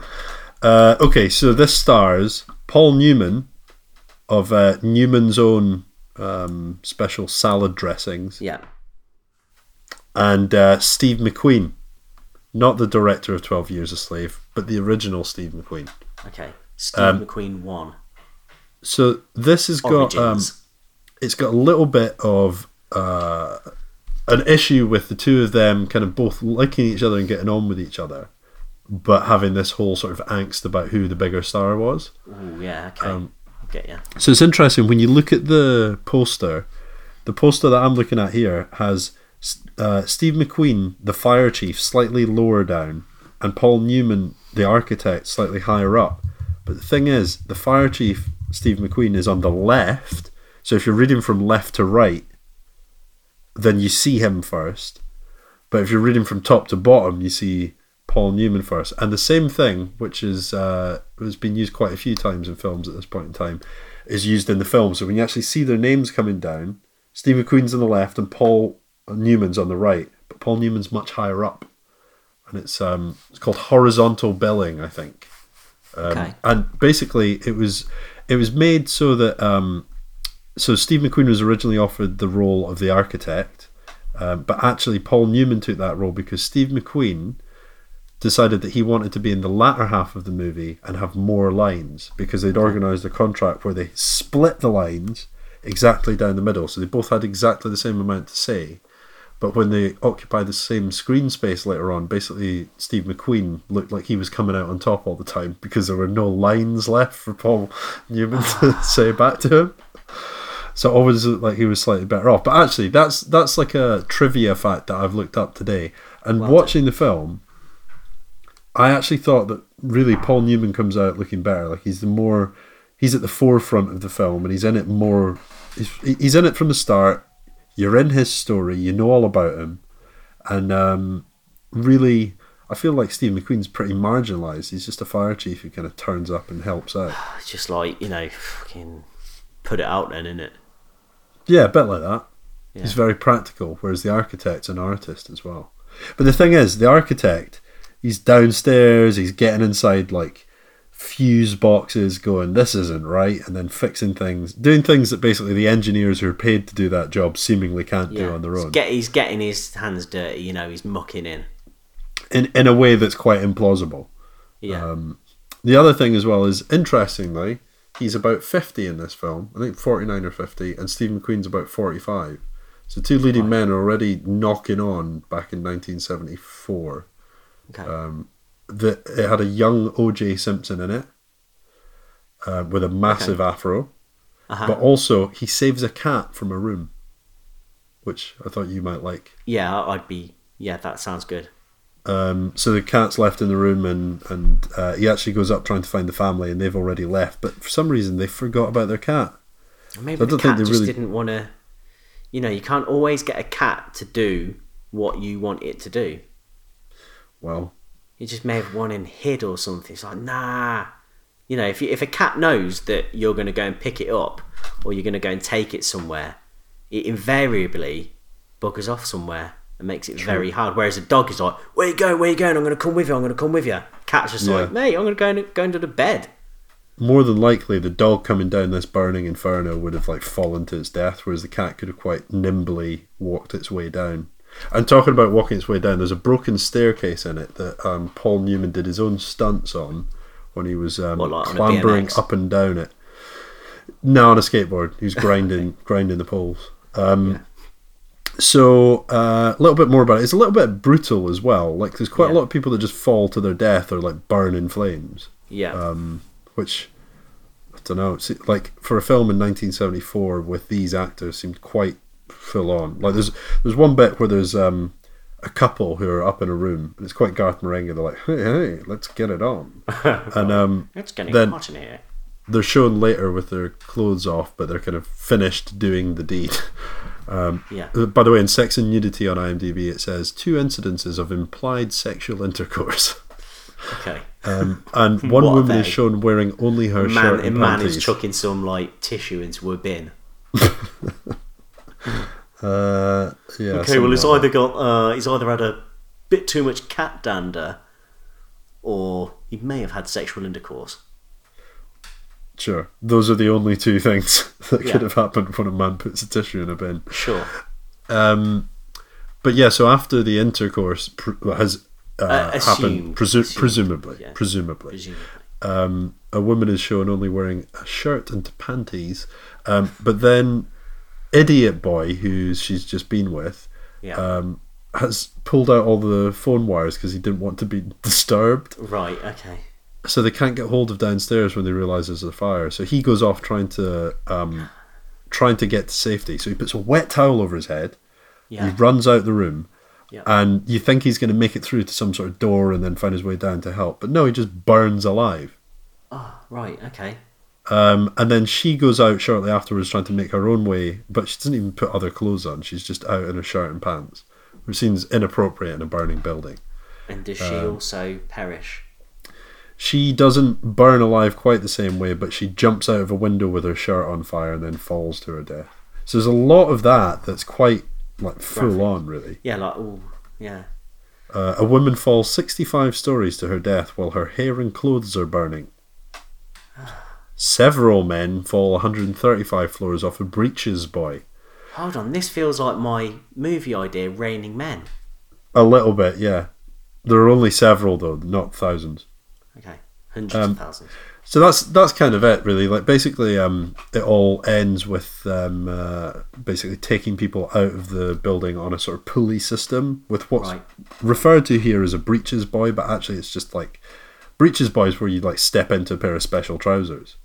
Uh, okay, so this stars Paul Newman of uh, Newman's Own um, special salad dressings Yeah. and uh, Steve McQueen, not the director of 12 Years a Slave, but the original Steve McQueen. Okay. Steve Um, McQueen one. So this has got um, Origins. it's got a little bit of uh, an issue with the two of them kind of both liking each other and getting on with each other, but having this whole sort of angst about who the bigger star was. Ooh, yeah. Okay. um, I get you. So it's interesting when you look at the poster. The poster that I'm looking at here has uh, Steve McQueen, the fire chief, slightly lower down, and Paul Newman, the architect, slightly higher up. But the thing is, the fire chief, Steve McQueen, is on the left. So if you're reading from left to right, then you see him first. But if you're reading from top to bottom, you see Paul Newman first. And the same thing, which is uh, has been used quite a few times in films at this point in time, is used in the film. So when you actually see their names coming down, Steve McQueen's on the left and Paul Newman's on the right, but Paul Newman's much higher up, and it's um it's called horizontal billing, I think Um, okay. and basically it was it was made so that um, so Steve McQueen was originally offered the role of the architect, um, but actually Paul Newman took that role because Steve McQueen decided that he wanted to be in the latter half of the movie and have more lines because they'd organized a contract where they split the lines exactly down the middle, so they both had exactly the same amount to say. But when they occupy the same screen space later on, basically Steve McQueen looked like he was coming out on top all the time because there were no lines left for Paul Newman to say back to him. So it always looked like he was slightly better off. But actually, that's that's like a trivia fact that I've looked up today. And watching the film, I actually thought that really Paul Newman comes out looking better. Like he's the more he's at the forefront of the film and he's in it more. He's, he's in it from the start. You're in his story. You know all about him, and um, really, I feel like Steve McQueen's pretty marginalised. He's just a fire chief who kind of turns up and helps out. It's just like you know, fucking put it out then, innit? Yeah, a bit like that. He's very practical, whereas the architect's an artist as well. But the thing is, the architect, he's downstairs, he's getting inside like fuse boxes, going, this isn't right, and then fixing things, doing things that basically the engineers who are paid to do that job seemingly can't Yeah. do on their He's own. Get, he's getting his hands dirty. You know, he's mucking in. in, in a way that's quite implausible. Yeah. Um, The other thing as well is interestingly, he's about fifty in this film. I think forty nine or fifty, and Steve McQueen's about forty five. So two leading men are already knocking on back in nineteen seventy four. okay. That it had a young O.J. Simpson in it, uh, with a massive afro, Uh-huh. Ah. but also he saves a cat from a room, which I thought you might like. yeah, I- I'd be. Yeah, that sounds good. Um, so the cat's left in the room, and and uh, he actually goes up trying to find the family, and they've already left. But for some reason, they forgot about their cat. Maybe I the don't think cat they just really- didn't want to. You know, you can't always get a cat to do what you want it to do. Well, You just may have one in hid or something. It's like nah. You know, if you, if a cat knows that you're going to go and pick it up or you're going to go and take it somewhere, it invariably buggers off somewhere and makes it very hard. Whereas a dog is like, "Where you going? Where you going? I'm going to come with you. I'm going to come with you." Cat's just like, Yeah. "Mate, I'm going to go and go into the bed." more than likely, the dog coming down this burning inferno would have like fallen to its death, whereas the cat could have quite nimbly walked its way down. And talking about walking its way down, there's a broken staircase in it that um, Paul Newman did his own stunts on when he was um, What, like on a clambering BMX? up and down it. No, on a skateboard, he was grinding grinding the poles. Um, So uh, a little bit more about it. It's a little bit brutal as well. Like there's quite a Yeah. lot of people that just fall to their death or like burn in flames Yeah. Um, which I don't know. It's like for a film in 1974 with these actors seemed quite full on. Like there's there's one bit where there's um a couple who are up in a room and it's quite Garth Marenghi. They're like, hey, hey, let's get it on. and um, it's getting then- hot in here. they're shown later with their clothes off, but they're kind of finished doing the deed. Yeah. Uh, By the way, in Sex and Nudity on IMDb, it says two incidences of implied sexual intercourse, Okay. and one What are woman is they? shown wearing only her shirt man, a and man panties. is chucking some like tissue into a bin. Uh, yeah, Okay, something well, he's like that. either got uh, he's either had a bit too much cat dander, or he may have had sexual intercourse. Sure. Those are the only two things that Yeah. could have happened when a man puts a tissue in a bin. Sure. Um, but yeah, so after the intercourse pr- has uh, Uh, happened, assumed, presu- assumed, presumably, yeah. presumably, Presumably. um, a woman is shown only wearing a shirt and panties. Um, but then, idiot boy, who she's just been with, Yeah. um, has pulled out all the phone wires because he didn't want to be disturbed. Right. Okay. so they can't get hold of downstairs when they realise there's a fire. So he goes off trying to um, trying to get to safety. So he puts a wet towel over his head. He Yeah. runs out the room, Yeah. and you think he's going to make it through to some sort of door and then find his way down to help. But no, he just burns alive. Oh, right. Okay. Um, and then she goes out shortly afterwards trying to make her own way, but she doesn't even put other clothes on. She's just out in her shirt and pants, which seems inappropriate in a burning building. And does she also perish? She doesn't burn alive quite the same way, but she jumps out of a window with her shirt on fire and then falls to her death. So there's a lot of that that's quite like full Graphic. on, really. Yeah. Like. Oh. Yeah. Uh, a woman falls 65 stories to her death while her hair and clothes are burning. Several men fall 135 floors off a breeches boy. Hold on. This feels like my movie idea, Raining Men. A little bit, yeah. There are only several though, not thousands. Okay. Hundreds Um, of thousands. So that's that's kind of it, really. Like basically, um, it all ends with um, uh, basically taking people out of the building on a sort of pulley system with what's Right. referred to here as a breeches boy, but actually it's just like breeches boy is where you like step into a pair of special trousers.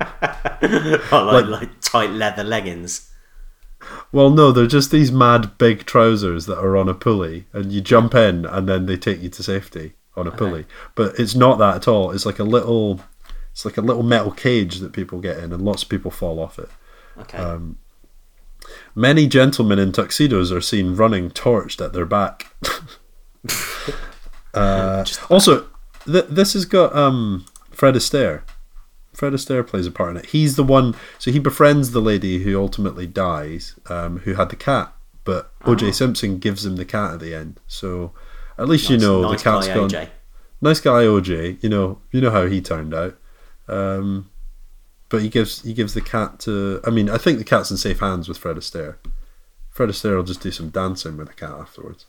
Oh, like, like- like tight leather leggings. Well, no, they're just these mad big trousers that are on a pulley, and you jump in, and then they take you to safety on a pulley. But it's not that at all. It's like a little, it's like a little metal cage that people get in, and lots of people fall off it. Okay. Many gentlemen in tuxedos are seen running torched at their back. uh, also, th- this has got um, Fred Astaire. Fred Astaire plays a part in it. He's the one, so he befriends the lady who ultimately dies, um, who had the cat, but Ah. OJ Simpson gives him the cat at the end. So at least you Nice- know nice the cat's guy, gone. OJ. Nice guy OJ. You know, you know how he turned out. Um, but he gives he gives the cat to. I mean, I think the cat's in safe hands with Fred Astaire. Fred Astaire will just do some dancing with the cat afterwards.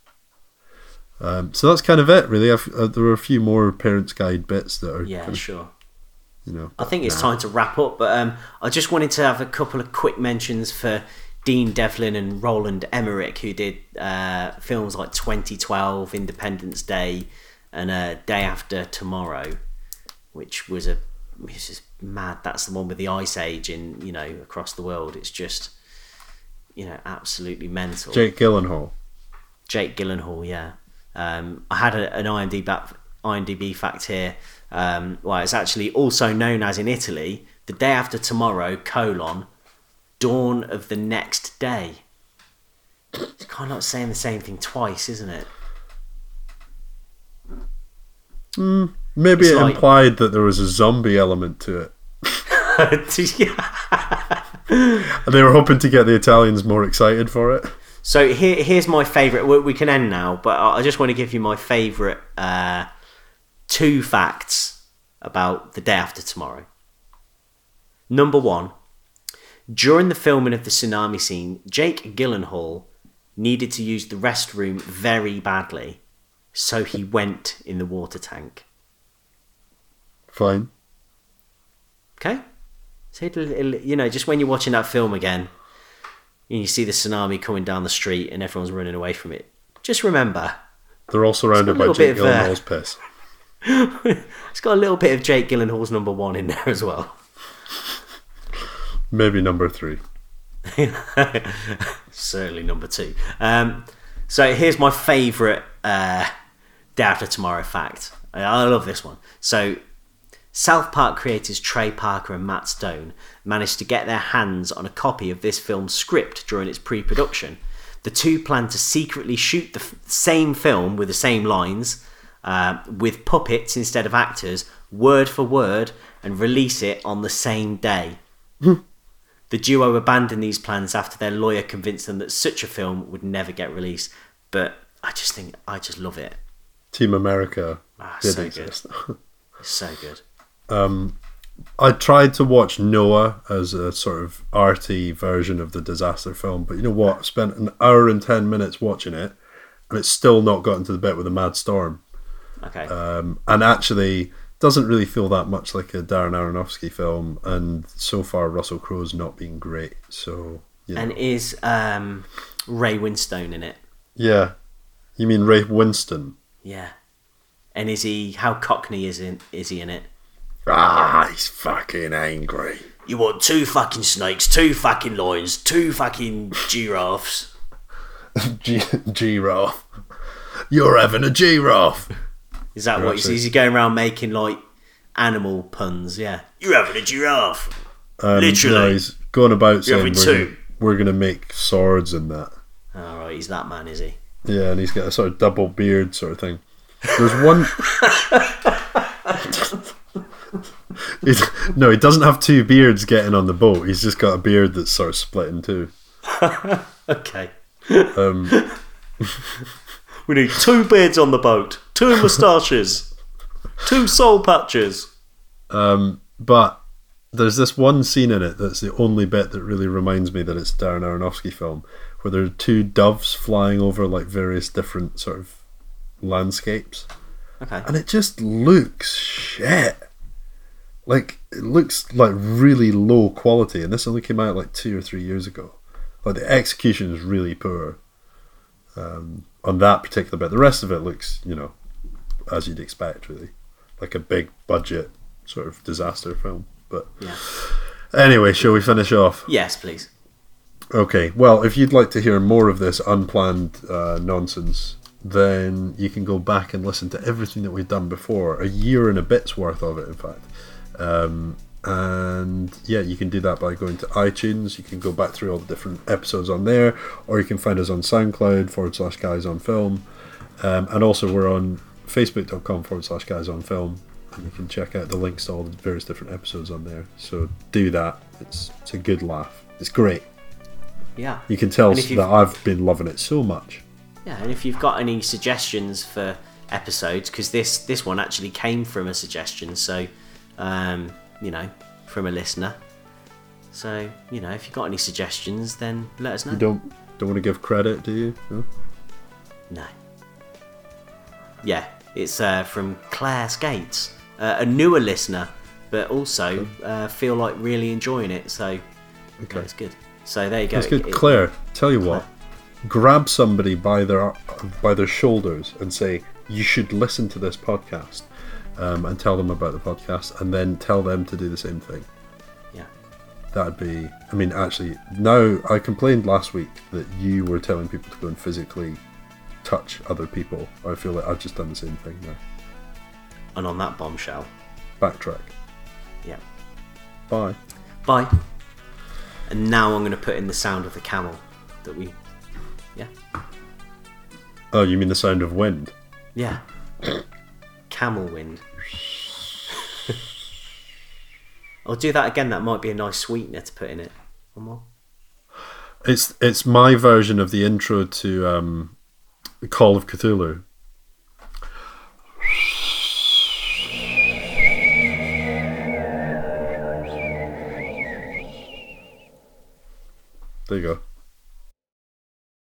Um, so that's kind of it, really. I've, uh, there were a few more parents' guide bits that are, yeah. kind of, Sure. you know, I think it's time to wrap up, but um, I just wanted to have a couple of quick mentions for Dean Devlin and Roland Emmerich, who did uh, films like 2012, Independence Day, and uh, Day After Tomorrow, which was a it's just mad. That's the one with the ice age in you know across the world. It's just you know absolutely mental. Jake Gyllenhaal. Jake Gyllenhaal, yeah. Um, I had a, an IMDb, back- IMDb fact here. Um, well, it's actually also known as in Italy, the day after tomorrow, colon, dawn of the next day. It's kind of like saying the same thing twice, isn't it? Maybe It's it like- implied that there was a zombie element to it. Yeah. And they were hoping to get the Italians more excited for it. So here, here's my favourite. We, we can end now, but I I just want to give you my favourite uh, two facts about the day after tomorrow. Number one, during the filming of the tsunami scene, Jake Gyllenhaal needed to use the restroom very badly, so he went in the water tank. Fine. Okay. So, it'll- it'll- you know, just when you're watching that film again and you see the tsunami coming down the street and everyone's running away from it, just remember They're all surrounded It's a by little Jake bit of, uh, Gyllenhaal's piss. it's got a little bit of Jake Gyllenhaal's number one in there as well. Maybe number three. Certainly number two. Um, so here's my favourite uh, Day After Tomorrow fact. I, I love this one. So South Park creators Trey Parker and Matt Stone managed to get their hands on a copy of this film's script during its pre production. The two planned to secretly shoot the f- same film with the same lines, uh, with puppets instead of actors, word for word, and release it on the same day. The duo abandoned these plans after their lawyer convinced them that such a film would never get released. But I just think I just love it. Team America Ah, did so good. exist. It's so good. I tried to watch Noah as a sort of arty version of the disaster film, but you know what? I spent an hour and 10 minutes watching it, and it's still not gotten to the bit with the mad storm. Okay. Um, and actually, doesn't really feel that much like a Darren Aronofsky film, and so far, Russell Crowe's not been great. So, you know. and is um, Ray Winstone in it? yeah. You mean Ray Winston? Yeah. And is he? How cockney is in? Is he in it? Ah, he's fucking angry. You want two fucking snakes, two fucking lions, two fucking giraffes. G- giraffe. You're having a giraffe. Is that what he's? Giraffes. Is he going around making like animal puns? Yeah. You're having a giraffe. Um, Literally. No, he's going about saying having we're, two. Gonna, we're gonna make swords and that. All right, he's that man, is he? Yeah, and he's got a sort of double beard sort of thing. There's one. He's- no, he doesn't have two beards getting on the boat. He's just got a beard that's sort of split in two. Okay. we need two beards on the boat, two moustaches, two soul patches. Um, but there's this one scene in it that's the only bit that really reminds me that it's a Darren Aronofsky film, where there are two doves flying over like various different sort of landscapes. Okay. and it just looks shit. Like it looks like really low quality, and this only came out like two or three years ago. Like the execution is really poor um, on that particular bit. The rest of it looks, you know, as you'd expect, really, like a big budget sort of disaster film. But Yeah. anyway, shall we finish off? Yes, please. Okay, well, if you'd like to hear more of this unplanned uh, nonsense, then you can go back and listen to everything that we've done before, a year and a bit's worth of it, in fact. Um, and yeah, you can do that by going to iTunes. You can go back through all the different episodes on there, or you can find us on SoundCloud forward slash guys on film. Um, and also, we're on facebook.com forward slash guys on film. And you can check out the links to all the various different episodes on there. So do that. It's, it's a good laugh. It's great. Yeah. You can tell And if that you've- I've been loving it so much. Yeah, and if you've got any suggestions for episodes, because this this one actually came from a suggestion, so um, you know, from a listener. So you know, if you've got any suggestions, then let us know. You don't don't want to give credit, do you? No? No. Yeah, it's uh, from Claire Skates, uh, a newer listener, but also uh, feel like really enjoying it. So Okay. that's good. So there you go. That's good. It- Claire, tell you what, grab somebody by their by their shoulders and say you should listen to this podcast, um, and tell them about the podcast, and then tell them to do the same thing. Yeah. That'd be. I mean, actually, now I complained last week that you were telling people to go and physically touch other people. I feel like I've just done the same thing now. And on that bombshell, Backtrack. yeah. Bye. Bye. And now I'm going to put in the sound of the camel that we. Yeah. Oh, you mean the sound of wind? Yeah. camel wind. I'll do that again. That might be a nice sweetener to put in it. One more. It's it's my version of the intro to um, Call of Cthulhu.